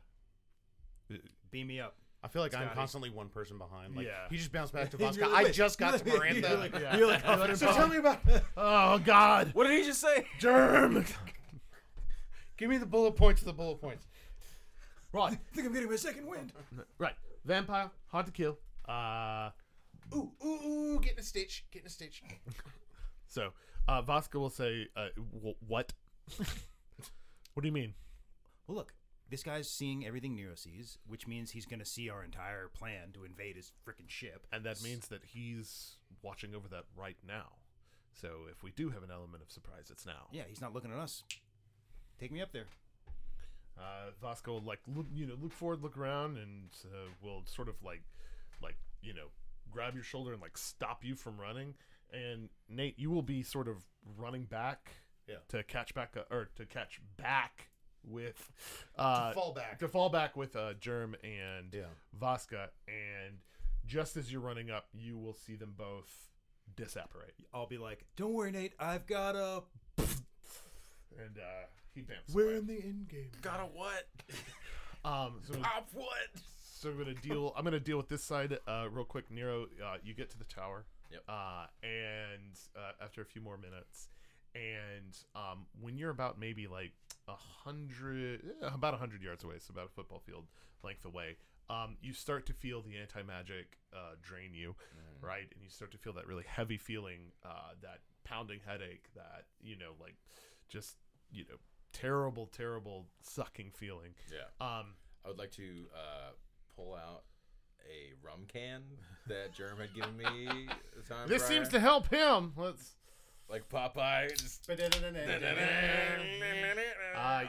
Speaker 6: Beam me up.
Speaker 8: I feel like I'm
Speaker 6: Scotty.
Speaker 8: constantly one person behind. Like
Speaker 3: Yeah.
Speaker 8: he just bounced back to
Speaker 6: You're
Speaker 8: Vasca.
Speaker 6: like-
Speaker 8: I just got to
Speaker 6: you're like-
Speaker 8: Miranda.
Speaker 6: you're like-
Speaker 3: Yeah.
Speaker 6: You're like,
Speaker 3: I let him
Speaker 8: so
Speaker 3: fall.
Speaker 8: tell me about
Speaker 3: Oh God,
Speaker 4: What did he just say? *laughs*
Speaker 3: germ.
Speaker 8: Give me the bullet points of the bullet points.
Speaker 3: right,
Speaker 7: I think I'm getting my second wind.
Speaker 3: right. Vampire, hard to kill. Uh,
Speaker 8: Ooh, ooh, ooh, getting a stitch, getting a stitch.
Speaker 3: so uh, Vasca will say, uh, w- *laughs* "What? what do you mean?"
Speaker 6: Well, look, this guy's seeing everything Nero sees, which means he's going to see our entire plan to invade his freaking ship.
Speaker 3: And that means that he's watching over that right now. So if we do have an element of surprise, it's now.
Speaker 6: Yeah, he's not looking at us. Take me up there.
Speaker 3: Uh, Vasco will, like look, you know, look forward, look around, and uh, will sort of like, like you know, grab your shoulder and like stop you from running. And Nate, you will be sort of running back
Speaker 8: Yeah.
Speaker 3: to catch back uh, or to catch back with uh,
Speaker 8: fall back.
Speaker 3: to fall back with uh, Germ and
Speaker 8: Yeah.
Speaker 3: Vasca. And just as you're running up, you will see them both disapparate.
Speaker 6: I'll be like,
Speaker 7: Don't worry, Nate. I've got a.
Speaker 3: and uh, he vamps.
Speaker 8: We're
Speaker 3: away.
Speaker 8: in the end game.
Speaker 4: Got a
Speaker 3: *laughs*
Speaker 4: what?
Speaker 3: Um, so,
Speaker 4: Pop Ah, what?
Speaker 3: so I'm gonna deal. I'm gonna deal with this side uh, real quick. Nero, uh, you get to the tower.
Speaker 4: Yep.
Speaker 3: Uh, and uh, after a few more minutes, and um, when you're about maybe like a hundred, eh, about a hundred yards away, so about a football field length away, um, you start to feel the anti magic uh, drain you, Mm-hmm. right? And you start to feel that really heavy feeling, uh, that pounding headache, that you know, like just you know, terrible, terrible sucking feeling.
Speaker 4: Yeah.
Speaker 3: Um,
Speaker 2: I would like to uh, pull out a rum can that Germ had given me. The time
Speaker 3: this
Speaker 2: prior.
Speaker 3: seems to help him. Let's.
Speaker 2: like Popeye. *laughs* Just
Speaker 3: Uh,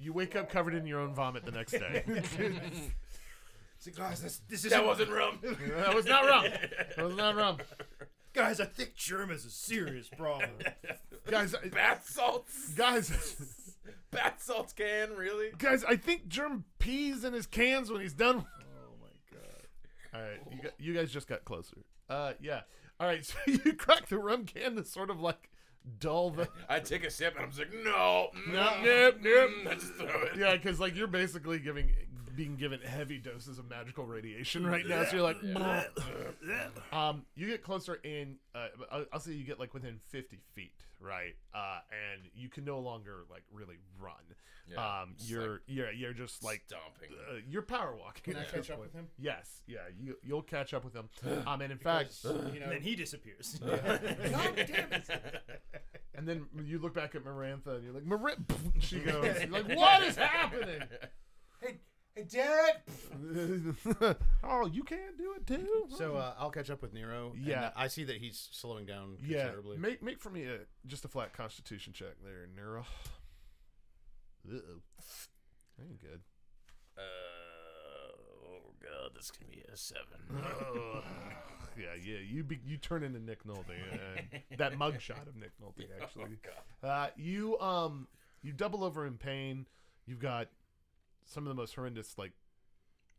Speaker 3: you wake up covered in your own vomit the next day.
Speaker 6: "See, guys, this, this
Speaker 2: that
Speaker 6: isn't-
Speaker 2: wasn't *laughs* rum.
Speaker 3: that was not wrong. That was not wrong,
Speaker 6: guys, I think germ is a serious problem.
Speaker 3: guys. I-
Speaker 2: Bath salts.
Speaker 3: Guys,
Speaker 2: Bath salts can really.
Speaker 3: guys. I think Germ pees in his cans when he's done. Oh my god! All right, you, gu- you guys just got closer. Uh, yeah. All right, *laughs* so you crack the rum can to sort of like dull the.
Speaker 2: I take a sip and I'm just like, no, Mm.
Speaker 3: Nope,
Speaker 2: no,
Speaker 3: nope, nope.
Speaker 2: I just throw it.
Speaker 3: Yeah, because like you're basically giving being given heavy doses of magical radiation right now, so you're like, "Bleh." um, you get closer in. Uh, I'll, I'll say you get like within 50 feet, right? Uh, and you can no longer like really run.
Speaker 2: Yeah,
Speaker 3: um,
Speaker 2: just,
Speaker 3: you're you're you're just like
Speaker 2: stomping.
Speaker 3: uh, you're power walking.
Speaker 8: Can I catch up with him?
Speaker 3: Yes, yeah, you you'll catch up
Speaker 8: *gasps*
Speaker 3: with them. Um, and in fact,
Speaker 8: You know,
Speaker 6: and then he
Speaker 8: *laughs*
Speaker 6: disappears.
Speaker 3: and then you look back at Marantha *laughs* and you're like, Mar-
Speaker 8: *laughs*
Speaker 3: she goes, you're like, what is happening?
Speaker 5: Hey, hey, Derek!
Speaker 3: *laughs* oh, you can do it too.
Speaker 8: *laughs* so uh, I'll catch up with Nero. and,
Speaker 3: Yeah.
Speaker 8: uh, I see that he's slowing down
Speaker 3: yeah,
Speaker 8: considerably.
Speaker 3: make make for me a just a flat Constitution check there,
Speaker 8: *sighs*
Speaker 3: Nero. Uh oh, ain't good.
Speaker 2: Uh, oh god, this can be a seven.
Speaker 3: Ugh. yeah, yeah, you be, you turn into Nick Nolte. Uh, that mugshot of Nick
Speaker 2: *laughs*
Speaker 3: Nolte,
Speaker 2: Oh,
Speaker 3: actually. uh, you um you double over in pain. You've got some of the most horrendous like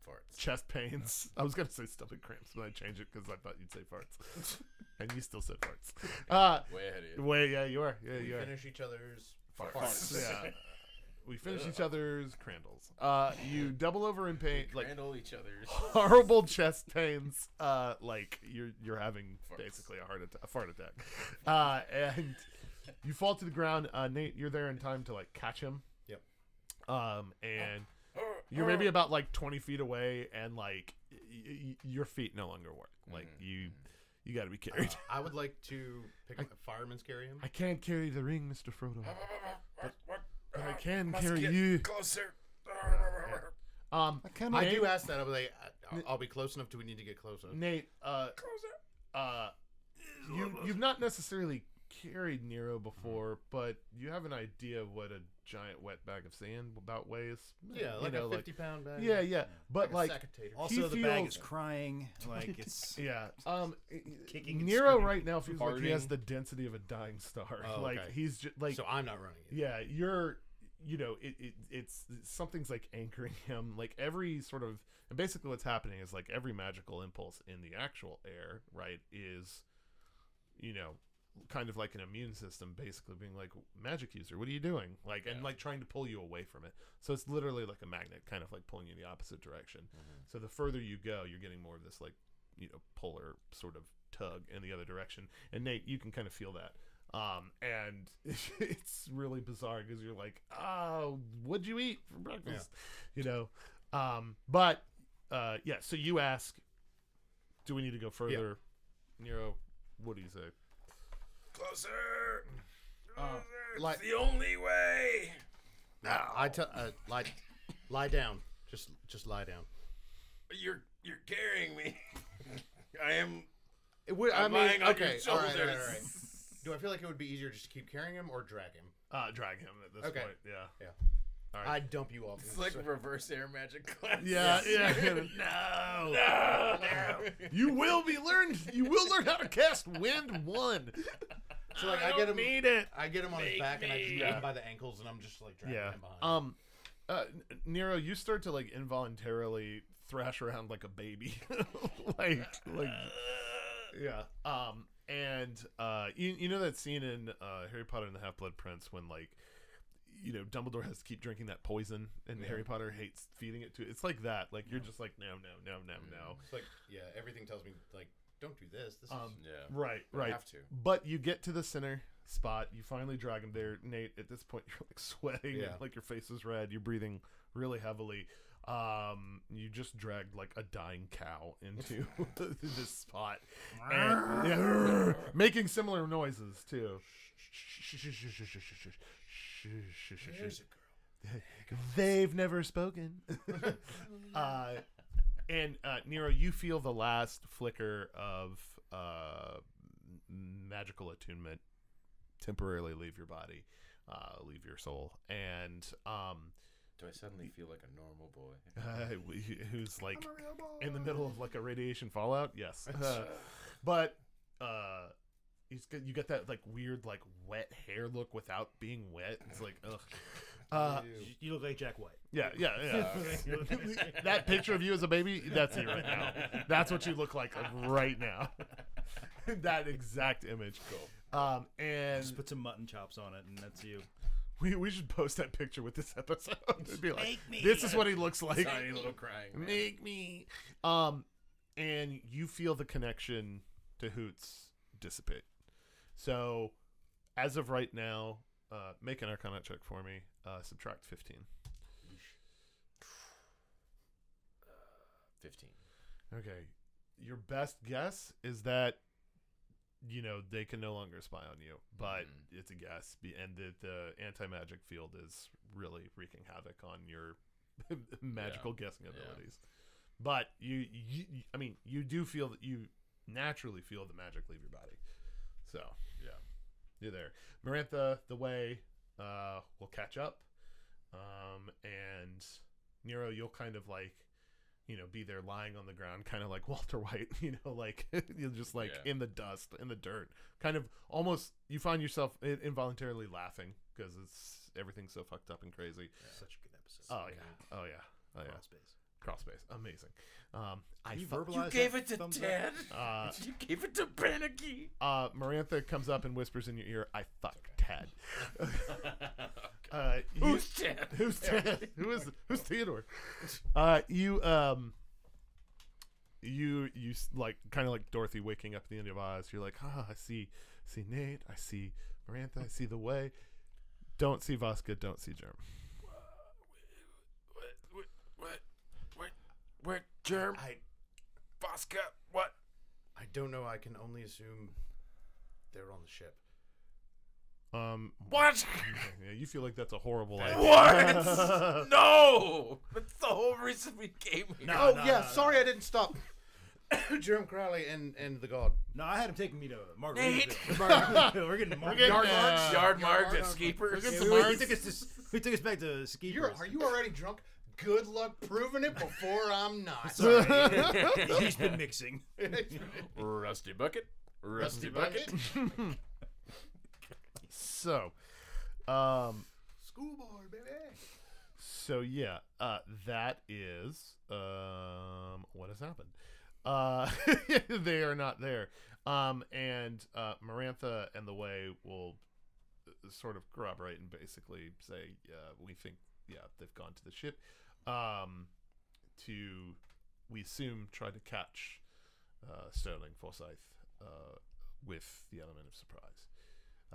Speaker 2: Farts.
Speaker 3: chest pains. *laughs* I was gonna say stomach cramps, but I changed it because I thought you'd say farts, and you still
Speaker 2: *laughs*
Speaker 3: said farts. Uh,
Speaker 2: Way ahead of you.
Speaker 3: wait, yeah, you are. Yeah,
Speaker 8: we
Speaker 3: you are.
Speaker 8: finish each other's farts.
Speaker 3: Yeah. We finish each other's crandles. Uh, you double over in pain, like
Speaker 2: Handle each other's.
Speaker 3: horrible chest pains. Uh, like you're you're having basically a heart attack, a fart attack. Uh, and you fall to the ground. Uh, Nate, you're there in time to like catch him.
Speaker 8: Yep.
Speaker 3: Um, and you're maybe about like 20 feet away, and like y- y- your feet no longer work. Like you, you got to be carried.
Speaker 8: I would like to pick up the fireman's carry him.
Speaker 3: I can't carry the ring, Mister Frodo. But I can carry you.
Speaker 2: Closer.
Speaker 3: Um,
Speaker 8: I
Speaker 3: Nate-
Speaker 8: do ask that. I'll be like, I- I'll, I'll be close enough. Do we need to get closer?
Speaker 3: Nate, uh, uh, you you've not necessarily carried Nero before,
Speaker 8: Mm-hmm.
Speaker 3: but you have an idea of what a giant wet bag of sand about weighs.
Speaker 8: Yeah,
Speaker 3: You
Speaker 8: like
Speaker 3: know,
Speaker 8: a fifty pound bag.
Speaker 3: yeah, yeah, but
Speaker 8: like,
Speaker 3: like,
Speaker 8: a sack of taters.
Speaker 6: *laughs* also, the
Speaker 3: He
Speaker 6: bag
Speaker 3: feels-
Speaker 6: is crying. Like
Speaker 9: *laughs*
Speaker 6: it's
Speaker 3: yeah, um,
Speaker 6: Kicking and
Speaker 3: Nero
Speaker 6: screaming.
Speaker 3: right now feels like he has
Speaker 8: Farting.
Speaker 3: the density of a dying star.
Speaker 8: Oh,
Speaker 3: *laughs* like
Speaker 8: okay.
Speaker 3: he's just like,
Speaker 8: so I'm not running it.
Speaker 3: yeah, you're. You know, it, it it's something's like anchoring *laughs* him. Like every sort of, and basically what's happening is like every magical impulse in the actual air, right, is you know, kind of like an immune system, basically being like, "Magic user, what are you doing?" Like, and like trying to pull you away from it. So it's literally like a magnet, kind of like pulling you in the opposite direction. So the further you go, you're getting more of this like, you know, polar sort of tug in the other direction. And Nate, you can kind of feel that. Um, and *laughs* it's really bizarre because you're like, oh, what'd you eat for breakfast? You know, um, but uh, yeah. So you ask, do we need to go further? Nero, what do you say?
Speaker 2: Closer.
Speaker 5: like
Speaker 2: The only way.
Speaker 5: I t- uh, lie, lie down. Just just lie down.
Speaker 2: You're you're carrying me. *laughs* I am.
Speaker 5: It would, I
Speaker 2: I'm
Speaker 5: mean,
Speaker 2: lying on your
Speaker 5: okay, all right, all right, all
Speaker 2: shoulders.
Speaker 5: right. Do I feel like it would be easier just to keep carrying him or drag him?
Speaker 3: Uh, drag him at this
Speaker 5: Okay.
Speaker 3: point. *laughs* Yeah.
Speaker 5: Yeah.
Speaker 3: All right.
Speaker 5: I'd dump you off.
Speaker 2: It's like reverse air magic class.
Speaker 3: Yeah. Yeah. *laughs* no. No. You will be learned. You will learn how to cast wind one.
Speaker 5: so like I, get him,
Speaker 3: Need it.
Speaker 5: I get him on his back and I just grab him by the ankles and I'm just like dragging
Speaker 3: Yeah.
Speaker 5: him behind. me.
Speaker 3: Um, uh, N- Nero, you start to like involuntarily thrash around like a baby, *laughs* like like yeah. Um, and uh, you you know that scene in uh, Harry Potter and the Half Blood Prince when like. You know, Dumbledore has to keep drinking that poison, and Harry Potter hates feeding it to. It's like that. Like you're just like, no, no, no, no, no.
Speaker 5: It's like yeah, everything tells me like don't do this. This
Speaker 3: Um,
Speaker 5: is
Speaker 2: Yeah.
Speaker 3: Right, right.
Speaker 2: have to.
Speaker 3: But you get to the center spot. You finally drag him there, Nate. At this point, you're like sweating.
Speaker 5: Yeah.
Speaker 3: Like your face is red. You're breathing really heavily. Um, you just dragged like a dying cow into this spot, and, yeah, making similar noises too. They've never spoken. uh, and uh, Nero, you feel the last flicker of uh, m- magical attunement temporarily leave your body, uh, leave your soul, and um,
Speaker 2: Do I suddenly feel like a normal boy?
Speaker 3: uh, *laughs* wh- who's like in the middle of like a radiation fallout? Yes, *laughs* Uh, but uh, he's got, you get that like weird like wet hair look without being wet. It's like ugh. Uh,
Speaker 6: You- You look like Jack White.
Speaker 3: yeah, yeah, yeah. *laughs* that picture of you as a baby, that's you right now. That's what you look like right now. *laughs* that exact image. Cool. Um, and
Speaker 6: Just put some mutton chops on it, and that's you.
Speaker 3: we, we should post that picture with this episode. *laughs* It'd be like, this is what he looks like.
Speaker 2: Tiny little crying. man.
Speaker 3: Make me. Um, and you feel the connection to Hoots dissipate. So, as of right now, uh, make an Arcana check for me. Uh, subtract fifteen.
Speaker 2: 15.
Speaker 3: Okay. Your best guess is that you know they can no longer spy on you, but it's a guess, be- and that the anti magic field is really wreaking havoc on your *laughs* magical guessing abilities. But you, you, you- I mean, you do feel that you naturally feel the magic leave your body. So yeah, you're there. Marantha, the way uh, will catch up, um, and Nero, you'll kind of like you know, be there lying on the ground, kind of like *laughs* Walter White, you know, like *laughs* you're just like
Speaker 2: Yeah.
Speaker 3: in the dust, in the dirt, kind of almost. You find yourself i- involuntarily laughing because it's everything's so fucked up and crazy.
Speaker 6: Such a good episode.
Speaker 3: Oh yeah, oh yeah, oh yeah.
Speaker 6: Space.
Speaker 3: Cross space, amazing. Um, I
Speaker 6: Can you
Speaker 3: fu-
Speaker 6: verbalize
Speaker 2: Gave
Speaker 6: that
Speaker 2: it to
Speaker 6: thumbs up?
Speaker 2: Dad.
Speaker 3: uh,
Speaker 2: you gave it to Panicky.
Speaker 3: uh, Marantha comes up and whispers in your ear, "I fuck Ted." *laughs* uh, you-
Speaker 2: Who's Ted?
Speaker 3: *laughs* Who's Ted? Who is who's Theodore? Uh, you um, you you s- like kind of like Dorothy waking up at the end of Oz. You're like, ah, I see, I see Nate, I see Marantha, I see the way. Don't see Vasca, don't see Germ.
Speaker 2: What? What? What? What? What? Germ?
Speaker 5: I
Speaker 2: Bosca? What?
Speaker 5: I don't know. I can only assume they're on the ship.
Speaker 3: Um, *laughs*
Speaker 2: What?
Speaker 3: yeah, you feel like that's a horrible idea.
Speaker 2: What? no! That's the whole reason we came here.
Speaker 5: oh yeah, sorry I didn't stop. *coughs* Jerome Crowley and and the God.
Speaker 6: No, I had him taking me to
Speaker 2: Nate!
Speaker 6: Margaret. We're getting Margaret.
Speaker 3: Yard
Speaker 2: Marks, yard marked at
Speaker 6: Yeah,
Speaker 2: Skeepers.
Speaker 6: we, we took
Speaker 2: *laughs*
Speaker 6: us to, we took us back to ski.
Speaker 5: You're are you already drunk? Good luck proving it before I'm *laughs* not.
Speaker 3: *laughs*
Speaker 6: *laughs*
Speaker 1: *laughs*
Speaker 6: He's been mixing.
Speaker 2: Rusty bucket. Rusty
Speaker 5: bucket.
Speaker 3: So, um,
Speaker 5: Schoolboy, baby.
Speaker 3: so yeah, uh, that *laughs* is um, what has happened. Uh, they are not there. Um, and uh, Marantha and the Way will uh, sort of corroborate and basically say, uh, we think, yeah, they've gone to the ship. Um, to, we assume, try to catch uh, Sterling Forsyth uh, with the element of surprise.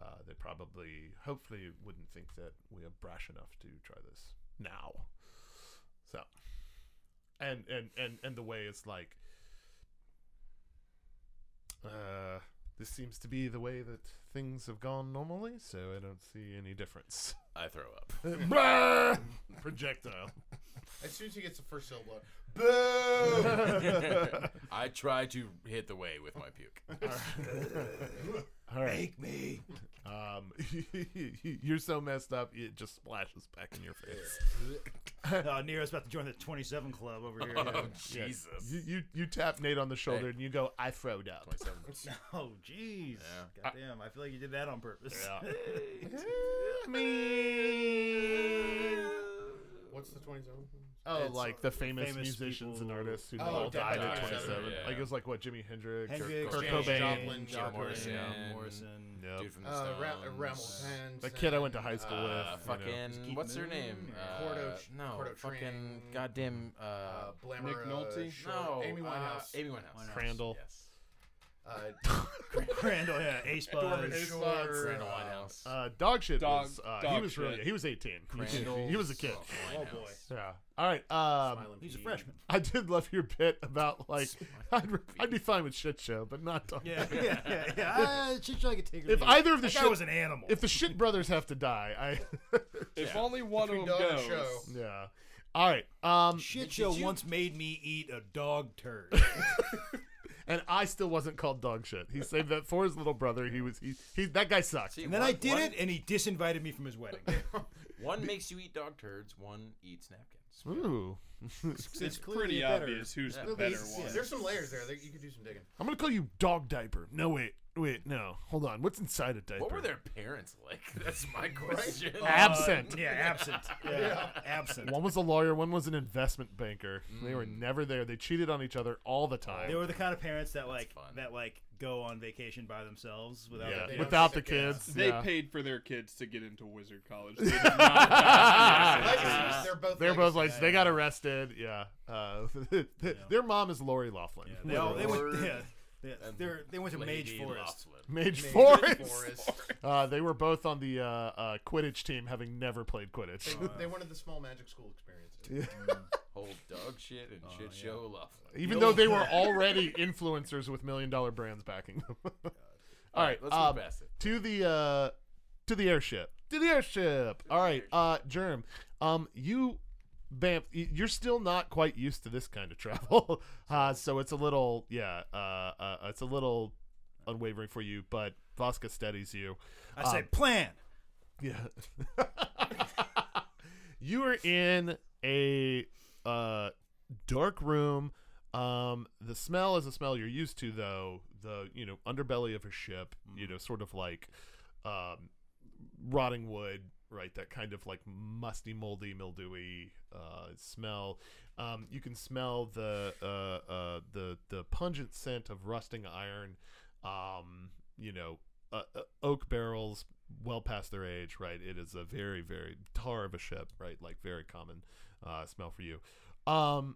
Speaker 3: Uh, they probably, hopefully, wouldn't think that we are brash enough to try this now. So, and and and and the way it's like, uh, this seems to be the way that things have gone normally, so I don't see any difference.
Speaker 2: I throw up.
Speaker 3: Blah! Projectile.
Speaker 8: As soon as he gets the first syllable, out, boo!
Speaker 4: *laughs*
Speaker 2: *laughs* I try to hit the way with my puke.
Speaker 3: All right.
Speaker 7: Take me.
Speaker 3: Um, *laughs* you're so messed up, it just splashes back in your face.
Speaker 6: Uh, Nero's about to join the 27 club over here.
Speaker 2: Oh,
Speaker 3: Yeah.
Speaker 2: Jesus.
Speaker 3: You, you you tap Nate on the shoulder and you go, I throwed up.
Speaker 6: Oh, jeez. Goddamn. I feel like you did that on purpose. *laughs*
Speaker 3: I mean,
Speaker 8: What's the 27?
Speaker 3: oh,
Speaker 6: It's
Speaker 3: like the famous,
Speaker 6: famous
Speaker 3: musicians
Speaker 6: people-
Speaker 3: and artists who
Speaker 8: Oh,
Speaker 3: all died
Speaker 8: definitely
Speaker 3: at
Speaker 8: died.
Speaker 3: 27.
Speaker 2: Yeah.
Speaker 3: Like it was like what Jimi Hendrix,
Speaker 6: Hendrix,
Speaker 3: or Kurt
Speaker 6: Janis
Speaker 3: Cobain,
Speaker 8: Joplin,
Speaker 6: Janis Joplin,
Speaker 8: Morrison.
Speaker 6: yeah, Morrison.
Speaker 3: Yep.
Speaker 2: Dude from the
Speaker 8: Uh, Ra-
Speaker 2: Stones.
Speaker 8: Ramel Pans.
Speaker 3: The kid I went to high school
Speaker 2: Uh,
Speaker 3: with.
Speaker 2: fucking
Speaker 6: Keith
Speaker 2: what's her
Speaker 6: Moon
Speaker 2: name? Uh,
Speaker 6: or-
Speaker 8: Cordo-
Speaker 2: no,
Speaker 8: Cordo
Speaker 2: fucking
Speaker 8: Tran-
Speaker 2: goddamn. Uh,
Speaker 8: Uh, Blammer,
Speaker 9: Nick Nolte?
Speaker 8: Short-
Speaker 2: no,
Speaker 8: Amy Winehouse.
Speaker 2: Uh, Amy Winehouse.
Speaker 3: Crandall.
Speaker 2: Yes.
Speaker 8: uh,
Speaker 6: Crandall, yeah. Ace Buzz.
Speaker 8: Short,
Speaker 2: Crandall
Speaker 8: uh,
Speaker 2: Winehouse.
Speaker 3: Uh, dog shit.
Speaker 9: Dog-
Speaker 3: was, uh, he
Speaker 9: dog
Speaker 3: was really
Speaker 9: shit.
Speaker 3: he was 18. He was- He was a kid.
Speaker 2: Oh boy.
Speaker 3: Yeah. All right. Um,
Speaker 8: Island
Speaker 6: He's a
Speaker 8: P.
Speaker 6: freshman.
Speaker 3: I did love your bit about like I'd, I'd be fine with shit show, but not dog.
Speaker 6: Yeah, yeah, yeah. yeah. I, she's Uh, like a tigger.
Speaker 3: If either of the
Speaker 6: that guy
Speaker 3: shit-
Speaker 6: was an animal.
Speaker 3: If the
Speaker 6: *laughs*
Speaker 3: shit brothers have to die, I *laughs*
Speaker 9: If only one of
Speaker 8: Between
Speaker 9: them
Speaker 8: dog and
Speaker 9: goes.
Speaker 8: show.
Speaker 3: yeah. All right. Um,
Speaker 6: Shit show once made me eat a dog
Speaker 9: *laughs*
Speaker 6: turd.
Speaker 3: and I still wasn't called dog shit. He saved that for his little brother. He was he, he that guy sucked.
Speaker 2: See,
Speaker 6: and then
Speaker 2: one-
Speaker 6: I did
Speaker 2: one-
Speaker 6: it, and he disinvited me from his
Speaker 9: *laughs*
Speaker 6: wedding.
Speaker 2: One makes you eat dog turds. One eats napkins.
Speaker 3: Ooh.
Speaker 9: It's,
Speaker 6: clearly
Speaker 9: pretty
Speaker 6: better.
Speaker 9: obvious who's the better one.
Speaker 8: There's some layers there. That you could do some digging.
Speaker 3: I'm gonna call you dog diaper. No wait, wait, no. Hold on. What's inside a diaper?
Speaker 2: What were their parents like? *laughs* That's my question.
Speaker 6: uh,
Speaker 3: Absent.
Speaker 6: yeah,
Speaker 9: *laughs*
Speaker 6: absent. Yeah, absent.
Speaker 3: One was a lawyer. One was an investment banker. They were never there. They cheated on each other all the time.
Speaker 6: Mm. They were the kind of parents that like
Speaker 2: fun.
Speaker 6: that like go on vacation by themselves without.
Speaker 3: yeah.
Speaker 6: their kids.
Speaker 3: Without the
Speaker 8: stick their ass.
Speaker 3: kids.
Speaker 9: They
Speaker 3: yeah.
Speaker 9: paid for their kids to get into wizard college. They
Speaker 3: *laughs*
Speaker 9: did not-
Speaker 8: Legacies, they're both.
Speaker 3: They're both
Speaker 8: legacies.
Speaker 3: like they got arrested. Yeah. Uh, *laughs* Their mom is Lori Laughlin.
Speaker 6: Yeah, they, all, they went. Yeah, yeah, they're- they went to Mage
Speaker 2: Lady
Speaker 6: Forest.
Speaker 2: Laughlin.
Speaker 3: Mage
Speaker 8: Mage
Speaker 3: Forest.
Speaker 8: Forest.
Speaker 3: Uh, they were both on the uh, uh, Quidditch team, having never played
Speaker 8: *laughs*
Speaker 3: Quidditch.
Speaker 8: They- They wanted the small magic school experience. *laughs*
Speaker 2: Whole dog shit
Speaker 6: Oh,
Speaker 2: and shit show Laughlin.
Speaker 3: *laughs* Even though they were already influencers with million dollar brands backing them. *laughs* All right,
Speaker 2: let's
Speaker 3: um,
Speaker 2: move past it.
Speaker 3: to the uh, to the airship. To the airship. All right, uh, Germ. Um, you, Bamf, y- you're still not quite used to this kind of travel, *laughs* uh, so it's a little yeah, uh, uh, it's a little unwavering for you. But Vasca steadies you.
Speaker 6: I
Speaker 9: Ah.
Speaker 6: say plan.
Speaker 3: Yeah. *laughs* you are in a uh, dark room. Um, the smell is a smell you're used to, though. The you know underbelly of a ship. You know, sort of like um, rotting wood, right? That kind of like musty, moldy, mildewy uh, smell. Um, you can smell the uh, uh, the the pungent scent of rusting iron. Um, you know, uh, uh, oak barrels well past their age, right? It is a very, very tar of a ship, right? Like very common uh, smell for you. Um,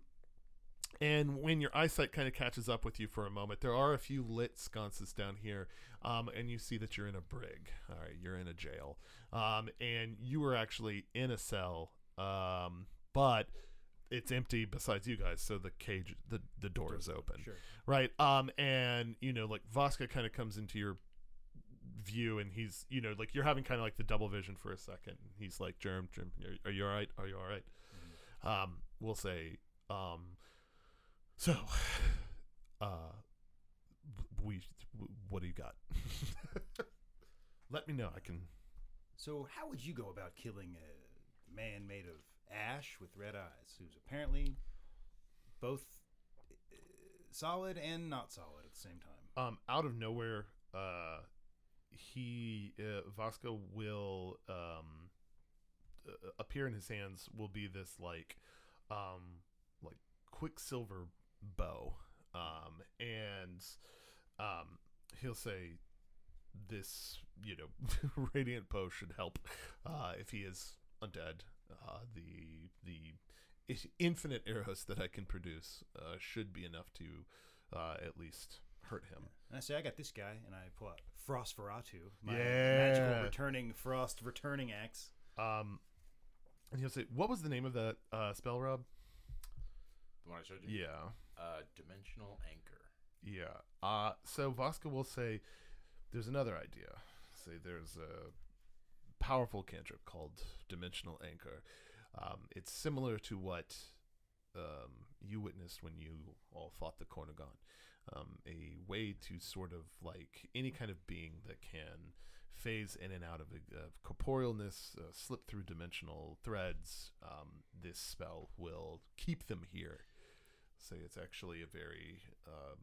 Speaker 3: and when your eyesight kind of catches up with you for a moment, there are a few lit sconces down here, um, and you see that you're in a brig. All right, you're in a jail, um, and you were actually in a cell, um, but it's empty besides you guys. So the cage, the the door is open, right? Um, and you know, like Vasca kind of comes into your view and he's you know like you're having kind of like the double vision for a second and he's like germ germ are, are you all right are you all right um we'll say um so *sighs* uh we what do you got *laughs* let me know i can
Speaker 6: So, how would you go about killing a man made of ash with red eyes, who's apparently both uh, solid and not solid at the same time?
Speaker 3: um out of nowhere uh he uh, vasco will um uh, appear in his hands will be this like um like quicksilver bow um and um he'll say this you know *laughs* radiant poe should help uh, if he is undead uh, the the i- infinite arrows that i can produce uh, should be enough to uh, at least hurt him
Speaker 6: And I say, I got this guy, and I pull out Frostveratu, my
Speaker 3: Yeah.
Speaker 6: magical returning frost returning axe.
Speaker 3: um, and he'll say what was the name of that uh, spell rob
Speaker 2: The one I showed you.
Speaker 3: yeah
Speaker 2: Uh, dimensional anchor.
Speaker 3: Yeah. Uh, so Vasca will say, there's another idea. Say there's a powerful cantrip called Dimensional Anchor. Um, it's similar to what um, you witnessed when you all fought the Cornagon. Um, a way to sort of like any kind of being that can phase in and out of, uh, of corporealness, uh, slip through dimensional threads. Um, this spell will keep them here say it's actually a very um,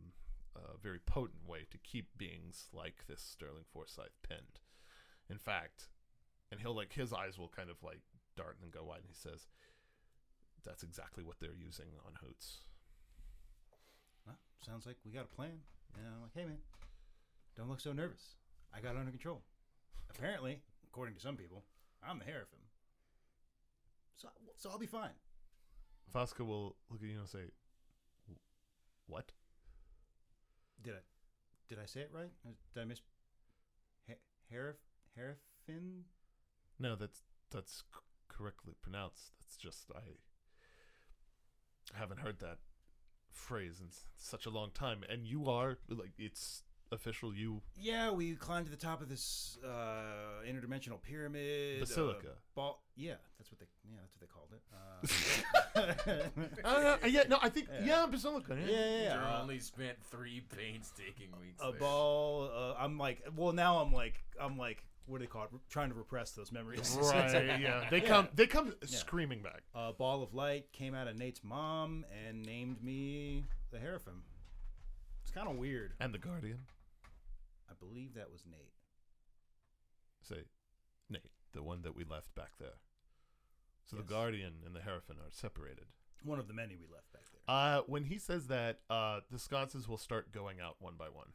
Speaker 3: a very potent way to keep beings like this Sterling Forsyth pinned. In fact, and he'll like his eyes will kind of like dart and go wide, and he says, "That's exactly what they're using on Hoots."
Speaker 6: Well, sounds like we got a plan. And I'm like, hey, man, don't look so nervous. I got it under control. Apparently, according to some people, I'm the Hierophant. So, so I'll be fine.
Speaker 3: Vasca will look at you and say, "Wh- "What?"
Speaker 6: Did I, did I say it right? Or Did I miss? He- Hieroph- Hierophant?
Speaker 3: No, that's that's c- correctly pronounced. That's just I haven't heard that phrase in s- such a long time. And you are like it's official. You
Speaker 6: Yeah, we climbed to the top of this uh, interdimensional pyramid. uh,
Speaker 3: Basilica.
Speaker 6: ball. Yeah, that's what they. Yeah, that's what they called Uh,
Speaker 3: *laughs*
Speaker 6: it. Uh,
Speaker 3: I don't know. Ah, Yeah, no, I think yeah, Basilica.
Speaker 6: yeah, yeah, yeah.
Speaker 2: Jer
Speaker 6: uh,
Speaker 2: only spent three painstaking weeks.
Speaker 6: a
Speaker 2: there.
Speaker 6: ball. Uh, I'm like, well, now I'm like, I'm like, what do they call it? Trying to repress
Speaker 3: *laughs*
Speaker 6: those memories.
Speaker 3: Right. Yeah. They come. They come screaming back. Uh,
Speaker 6: a ball of light came out of Nate's mom and named me the Hierophim. It's kind of weird.
Speaker 3: And the Guardian
Speaker 6: I believe that was Nate.
Speaker 3: say, Nate, the one that we left back there. So
Speaker 6: Yes.
Speaker 3: the Guardian and the Hierophant are separated.
Speaker 6: One of the many we left back there.
Speaker 3: Uh, when he says that, uh, the sconces will start going out one by one,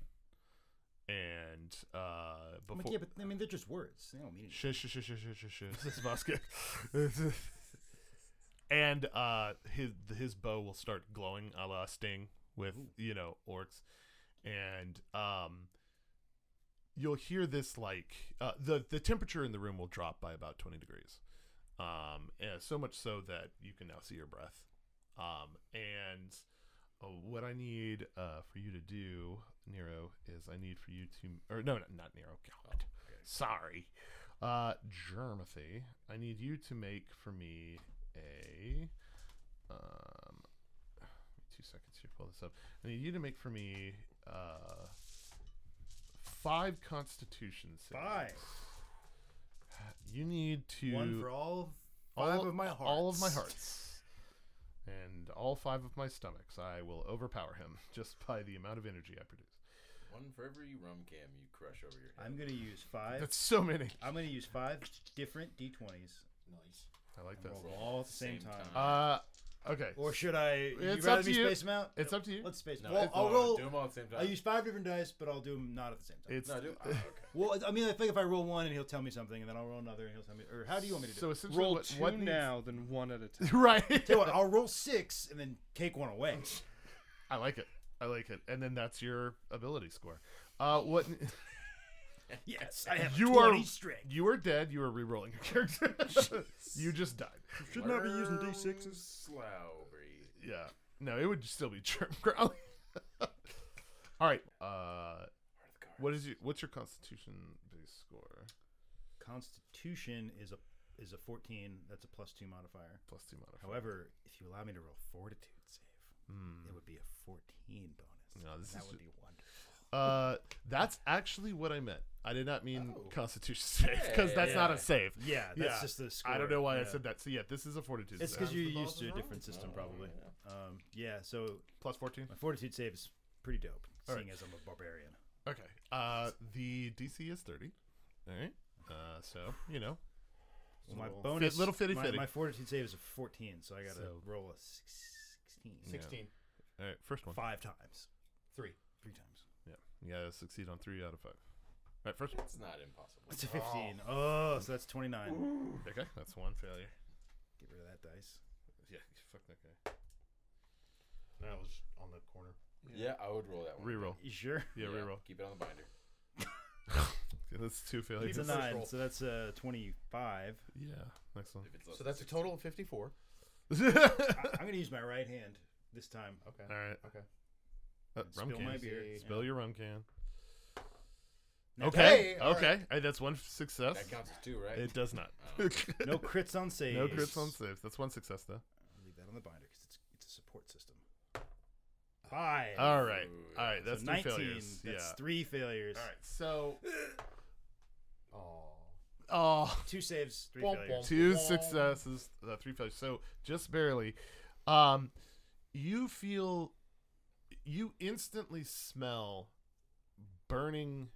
Speaker 3: and uh,
Speaker 6: I'm
Speaker 3: before.
Speaker 6: like, yeah, but I mean, they're just words. They don't mean anything.
Speaker 3: Shh, shh, shh, shh, shh, shh, shh. *laughs* This is Vasquez. and uh, his his bow will start glowing a la Sting with you know orcs, and um, you'll hear this like uh, the the temperature in the room will drop by about twenty degrees, um, and so much so that you can now see your breath, um, and. uh, What I need uh, for you to do, Nero, is I need for you to, or no, no not Nero. God,
Speaker 6: Oh,
Speaker 3: sorry. Uh, Germathy, I need you to make for me a. Um, give me two seconds here. Pull this up. I need you to make for me uh, five Constitution saves.
Speaker 6: Five.
Speaker 3: You need to
Speaker 6: One for all five of my hearts.
Speaker 3: all of my hearts, and all five of my stomachs. I will overpower him *laughs* just by the amount of energy I produce.
Speaker 2: One for every rum cam you crush over your head.
Speaker 6: I'm gonna use five.
Speaker 3: That's so many.
Speaker 6: I'm gonna use five different d20s.
Speaker 3: I like that.
Speaker 6: Roll all at the same,
Speaker 2: Same
Speaker 6: time.
Speaker 2: time.
Speaker 3: Uh, okay.
Speaker 6: Or should I? You
Speaker 3: It's
Speaker 6: rather
Speaker 3: up to
Speaker 6: me
Speaker 3: you.
Speaker 6: space them out?
Speaker 3: It's up to you.
Speaker 6: Let's space them
Speaker 2: No,
Speaker 6: out. I'll, I'll roll.
Speaker 2: Do them all at the same time.
Speaker 6: I'll use five different dice, but I'll do them not at the same time.
Speaker 3: It's
Speaker 2: no,
Speaker 3: *laughs*
Speaker 2: do. ah, okay.
Speaker 6: well, I mean, I think if I roll one and he'll tell me something, and then I'll roll another and he'll tell me. Or how do you want me to do?
Speaker 3: so
Speaker 6: it?
Speaker 3: essentially
Speaker 9: Roll
Speaker 3: what,
Speaker 9: two
Speaker 3: what needs-
Speaker 9: now, then one at a time.
Speaker 3: *laughs* right.
Speaker 6: Tell you what, I'll roll six and then take one away.
Speaker 3: I like it. I like it. And then that's your ability score. Uh, what
Speaker 6: yes, I *laughs* have
Speaker 3: you
Speaker 6: 20
Speaker 3: are
Speaker 6: strength.
Speaker 3: *laughs* you are dead. You are rerolling your character. *laughs* you just died.
Speaker 2: Should not be using d6s. Slowbreed.
Speaker 3: Yeah. No, it would still be *laughs* germ growling. All right. Uh, what is your what's your constitution base score?
Speaker 6: Constitution is a is a 14. That's a plus two modifier.
Speaker 3: Plus two modifier.
Speaker 6: However, if you allow me to roll fortitude save, it would be a 14 bonus.
Speaker 3: Hmm. No, this
Speaker 6: that
Speaker 3: is
Speaker 6: would
Speaker 3: ju-
Speaker 6: be wonderful.
Speaker 3: Uh, that's actually what I meant. I did not mean constitution save because that's not a save.
Speaker 6: Oh. Yeah, that's just the
Speaker 3: I don't
Speaker 6: score.
Speaker 3: know why I
Speaker 6: Yeah.
Speaker 3: said that. So yeah, this is a fortitude.
Speaker 6: It's
Speaker 3: save.
Speaker 6: because you're used to a different system, probably. Um, yeah, so
Speaker 3: plus fourteen.
Speaker 6: my fortitude save is pretty dope,
Speaker 3: All
Speaker 6: seeing
Speaker 3: right.
Speaker 6: as I'm a barbarian.
Speaker 3: Okay. Uh, the DC is thirty. All right. Uh, so you know,
Speaker 6: Well, my bonus,
Speaker 3: Fit- little fitty
Speaker 6: my,
Speaker 3: fitty.
Speaker 6: My fortitude save is a 14, so I got to
Speaker 3: So-
Speaker 6: roll a six- 16.
Speaker 3: all right. First one.
Speaker 6: Five times.
Speaker 8: Three.
Speaker 6: Three times.
Speaker 3: Yeah. You gotta succeed on three out of five. All right, first one.
Speaker 2: It's not impossible.
Speaker 6: It's a 15. Oh, so that's 29.
Speaker 3: Okay, that's one failure.
Speaker 6: Get rid of that dice.
Speaker 3: Yeah, fuck that guy.
Speaker 8: That was on the corner.
Speaker 2: Yeah, I would roll that one.
Speaker 3: Reroll.
Speaker 6: You sure?
Speaker 3: Yeah, reroll.
Speaker 2: Keep it on the binder.
Speaker 3: Yeah, that's two failures.
Speaker 6: It's a
Speaker 8: first
Speaker 6: 9,
Speaker 8: roll.
Speaker 6: so that's uh, 25.
Speaker 3: Yeah, next one.
Speaker 2: If it's less
Speaker 8: So
Speaker 2: than
Speaker 8: that's a total of 54.
Speaker 3: *laughs* All
Speaker 6: I- I'm going to use my right hand this time.
Speaker 8: Okay.
Speaker 3: right.
Speaker 8: Okay.
Speaker 3: Uh, rum
Speaker 6: Spill
Speaker 3: can.
Speaker 6: my beer.
Speaker 3: Spill your rum can.
Speaker 6: Now,
Speaker 3: Okay.
Speaker 8: Hey, all
Speaker 3: okay. Hey, that's one success.
Speaker 2: 60. That counts as two, right? Oh.
Speaker 3: It does not. *laughs*
Speaker 6: No crits on saves.
Speaker 3: no crits on saves. That's one success though.
Speaker 6: I'll leave that on the binder because it's, it's a support system. Five.
Speaker 3: All right.
Speaker 2: Ooh,
Speaker 3: All right.
Speaker 6: So
Speaker 3: That's two
Speaker 6: 19.
Speaker 3: failures.
Speaker 6: That's
Speaker 3: yeah.
Speaker 6: three failures.
Speaker 3: All right.
Speaker 2: *gasps*
Speaker 3: So.
Speaker 8: Oh.
Speaker 3: Oh.
Speaker 6: Two saves, three
Speaker 8: Bum,
Speaker 6: failures.
Speaker 3: two successes, uh, three failures. So just barely. Um, you feel, you instantly smell burning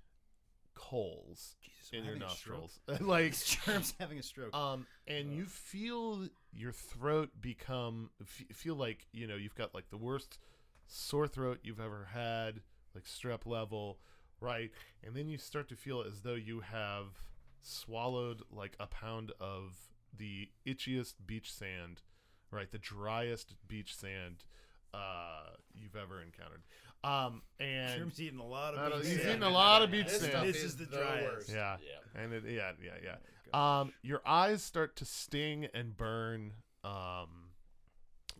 Speaker 3: coals in
Speaker 6: I'm
Speaker 3: your
Speaker 6: having a stroke.
Speaker 3: nostrils. *laughs* like,
Speaker 6: Germ's having a stroke.
Speaker 3: um, and you feel your throat become f- feel like you know you've got like the worst sore throat you've ever had, like strep level, right? And then you start to feel as though you have swallowed like a pound of the itchiest beach sand, right? The driest beach sand uh you've ever encountered. Um and
Speaker 6: Germ's eating a lot
Speaker 3: I
Speaker 6: of
Speaker 3: don't-
Speaker 6: beach
Speaker 3: he's
Speaker 6: sand.
Speaker 3: eating a lot of beach
Speaker 8: This
Speaker 3: sand.
Speaker 8: stuff
Speaker 6: This is the driest.
Speaker 8: worst.
Speaker 3: Yeah.
Speaker 2: Yeah.
Speaker 3: And it, yeah, yeah, yeah. um, your eyes start to sting and burn. Um,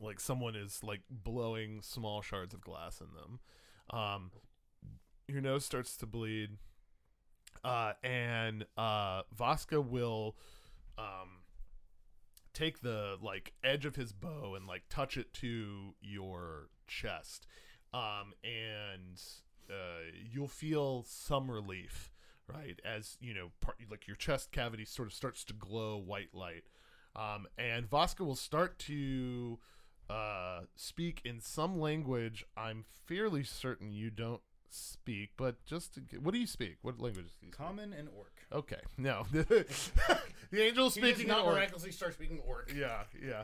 Speaker 3: like someone is like blowing small shards of glass in them. Um, your nose starts to bleed. Uh, and uh, Vasca will, um, take the like edge of his bow and like touch it to your chest um and uh you'll feel some relief right as you know part, like your chest cavity sort of starts to glow white light um and Vasca will start to uh speak in some language I'm fairly certain you don't speak but just to, get- what do you speak what language do you speak?
Speaker 6: Common and orc.
Speaker 3: okay no *laughs* the angel
Speaker 8: He does
Speaker 3: speaking
Speaker 8: not
Speaker 3: orc.
Speaker 8: miraculously start speaking orc.
Speaker 3: Yeah, yeah,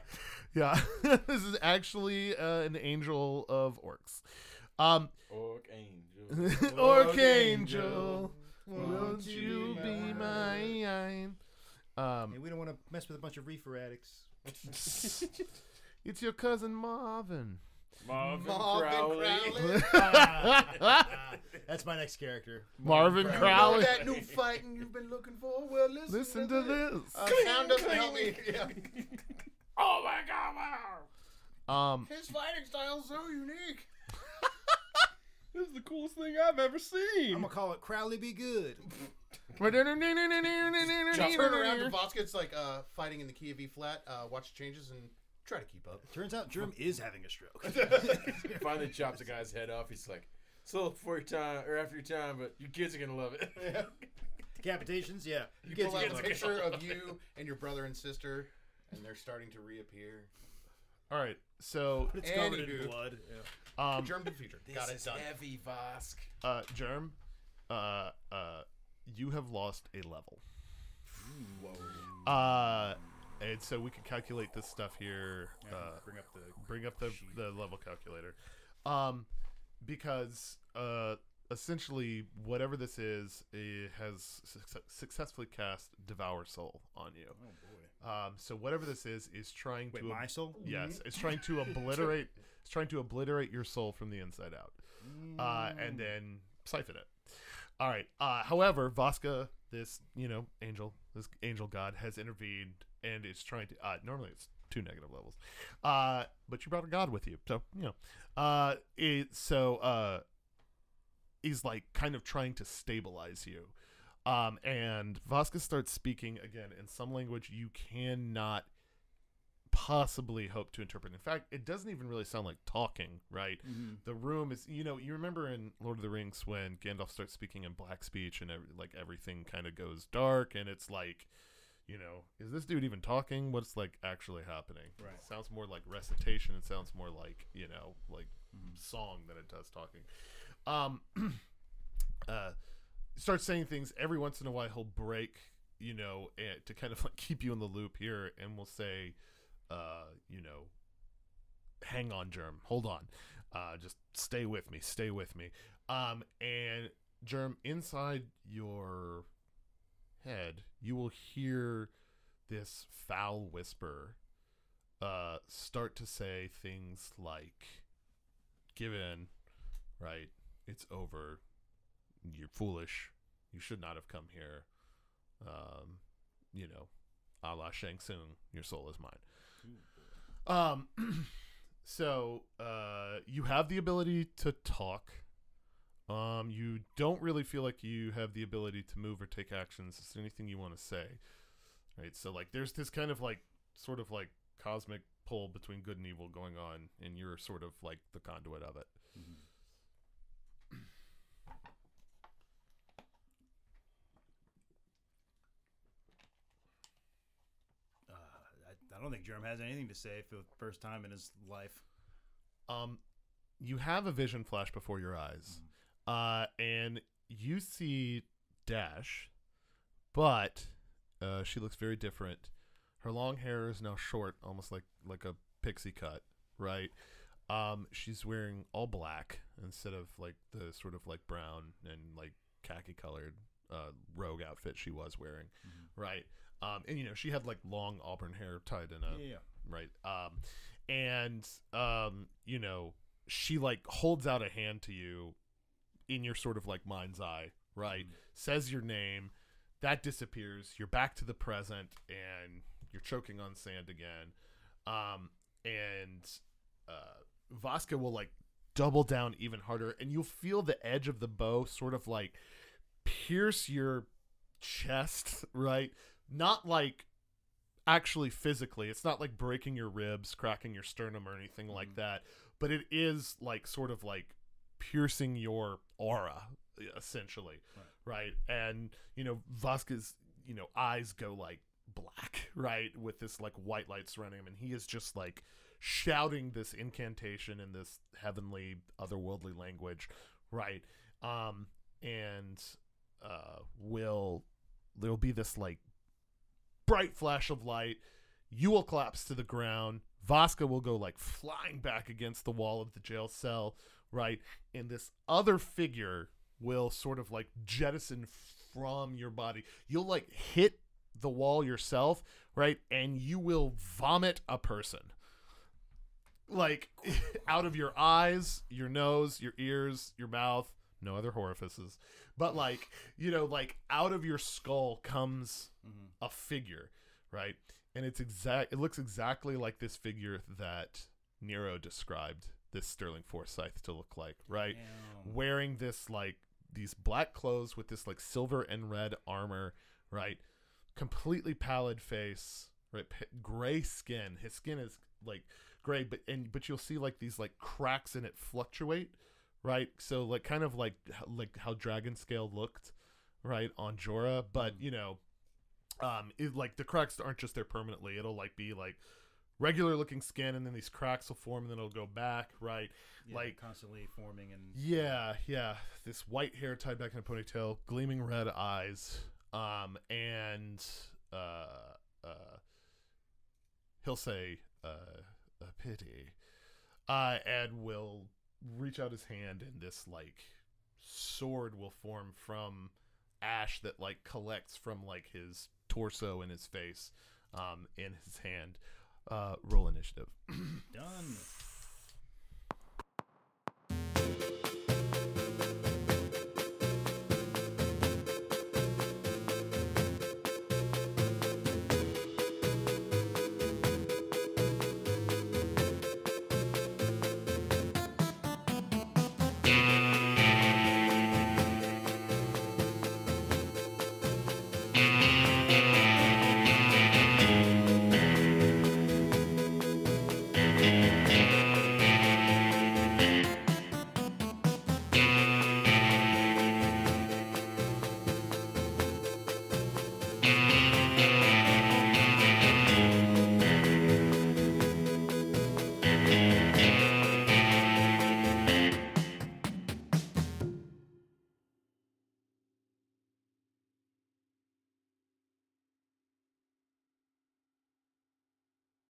Speaker 3: yeah. *laughs* this is actually uh, an angel of orcs. Um,
Speaker 2: Orc angel.
Speaker 3: *laughs* orc angel, won't you be mine?
Speaker 6: Hey,
Speaker 3: Um,
Speaker 6: we don't want to mess with a bunch of
Speaker 8: *laughs*
Speaker 6: reefer addicts.
Speaker 3: *laughs* it's your cousin *laughs* Marvin.
Speaker 9: Marvin,
Speaker 8: Marvin
Speaker 9: Crowley.
Speaker 8: Crowley.
Speaker 3: *laughs*
Speaker 6: That's my next character.
Speaker 3: Marvin Crowley.
Speaker 5: that new fighting you've been looking for? Well, listen,
Speaker 3: Listen to
Speaker 8: Uh,
Speaker 3: this.
Speaker 5: The sound doesn't help me. Yeah.
Speaker 6: *laughs*
Speaker 9: Oh my god, wow.
Speaker 3: Um,
Speaker 5: His fighting style's so unique.
Speaker 9: This is the coolest thing I've ever
Speaker 6: I'm
Speaker 9: seen.
Speaker 6: gonna call it Crowley be good.
Speaker 8: Turn around to Vodka. It's like uh, fighting in the key of E flat. Uh, watch changes and try to keep up.
Speaker 6: Turns out Germ is having a stroke.
Speaker 2: Finally chops a guy's head off. He's like, it's a little before your time or after your time, but your kids are gonna love it.
Speaker 6: Decapitations, yeah. You,
Speaker 8: You
Speaker 6: get
Speaker 8: pull out a
Speaker 6: together.
Speaker 8: picture of you and your brother and sister, and they're starting to reappear.
Speaker 3: all right. So,
Speaker 6: It's covered
Speaker 8: Anywho.
Speaker 6: in blood. Yeah.
Speaker 3: um,
Speaker 8: Germ to the future. Got it done.
Speaker 2: heavy, Vosk.
Speaker 3: uh, Germ, uh, uh, you have lost a level. Whoa. Uh, and so we can calculate this stuff here. Uh,
Speaker 6: Bring up the
Speaker 3: bring up the, the level calculator um because uh essentially whatever this is it has suc- successfully cast devour soul on you
Speaker 6: Oh boy.
Speaker 3: um so whatever this is is trying
Speaker 6: Wait,
Speaker 3: to
Speaker 6: my soul?
Speaker 3: yes it's trying
Speaker 6: *laughs*
Speaker 3: to obliterate it's trying to obliterate your soul from the inside out uh and then siphon it all right uh however vasca this you know angel this angel god has intervened and is trying to uh normally it's two negative levels uh but you brought a god with you so you know uh it so uh is like kind of trying to stabilize you. Um, and Vasquez starts speaking again in some language you cannot possibly hope to interpret. In fact, it doesn't even really sound like talking, right? The room is, you know, you remember in Lord of the Rings when Gandalf starts speaking in black speech and every, like everything kind of goes dark and it's like, you know, is this dude even talking? What's like actually happening?
Speaker 6: Right.
Speaker 3: sounds more like recitation. It sounds more like, you know, like song than it does talking. Um, *clears throat* uh, starts saying things every once in a while. He'll break, you know, eh, to kind of like keep you in the loop here, and will say, uh, you know, hang on, germ, hold on, Uh, just stay with me, stay with me. Um, and Germ, inside your head, you will hear this foul whisper uh, start to say things like, "Give in, right? It's over. You're foolish. You should not have come here. Um, you know, a la Shang Tsung, your soul is mine." Um, *clears throat* so uh, you have the ability to talk. Um, you don't really feel like you have the ability to move or take actions. Is there anything you want to say? Right. So like, there's this kind of like, sort of like cosmic pull between good and evil going on, and you're sort of like the conduit of it.
Speaker 6: *laughs* I, I don't think Germ has anything to say for the first time in his life.
Speaker 3: um, you have a vision flash before your
Speaker 6: Mm.
Speaker 3: eyes, uh, and you see Dash, but uh, she looks very different. Her long hair is now short, almost like like a pixie cut, right? Um, she's wearing all black instead of like the sort of like brown and like khaki colored uh, rogue outfit she was wearing,
Speaker 6: Mm-hmm.
Speaker 3: right? Um, and you know she had like long auburn hair tied in a
Speaker 6: Yeah.
Speaker 3: right um and um you know she like holds out a hand to you in your sort of like mind's eye right says your name that disappears you're back to the present and you're choking on sand again um and uh Vasca will like double down even harder and you'll feel the edge of the bow sort of like pierce your chest *laughs* right not like actually physically. It's not like breaking your ribs, cracking your sternum, or anything like that. But it is like sort of like piercing your aura, essentially, right? And you know, Vasquez, you know, eyes go like black, *laughs* right, with this like white light surrounding him, and he is just like shouting this incantation in this heavenly, otherworldly language, right? Um, and uh, will there'll be this like bright flash of light. You will collapse to the ground. Vasca will go like flying back against the wall of the jail cell, right? And this other figure will sort of like jettison from your body. You'll like hit the wall yourself, right? And you will vomit a person. Like *laughs* out of your eyes, your nose, your ears, your mouth, no other orifices. But like, you know, like out of your skull comes a figure, right? And it's exact. It looks exactly like this figure that Nero described this Sterling Forsyth to look like, right? Wearing this like these black clothes with this like silver and red armor, right? Completely pallid face, right? P- gray skin. His skin is like gray, but and but you'll see like these like cracks in it fluctuate, right? So like kind of like like how Dragon Scale looked, right on Jorah, but you know um it, like the cracks aren't just there permanently it'll like be like regular looking skin and then these cracks will form and then it'll go back right
Speaker 6: Yeah,
Speaker 3: like
Speaker 6: constantly forming and
Speaker 3: yeah yeah this white hair tied back in a ponytail gleaming red eyes um and uh uh he'll say uh a pity uh and will reach out his hand and this like sword will form from ash that like collects from like his torso and his face um in his hand uh roll initiative
Speaker 6: done.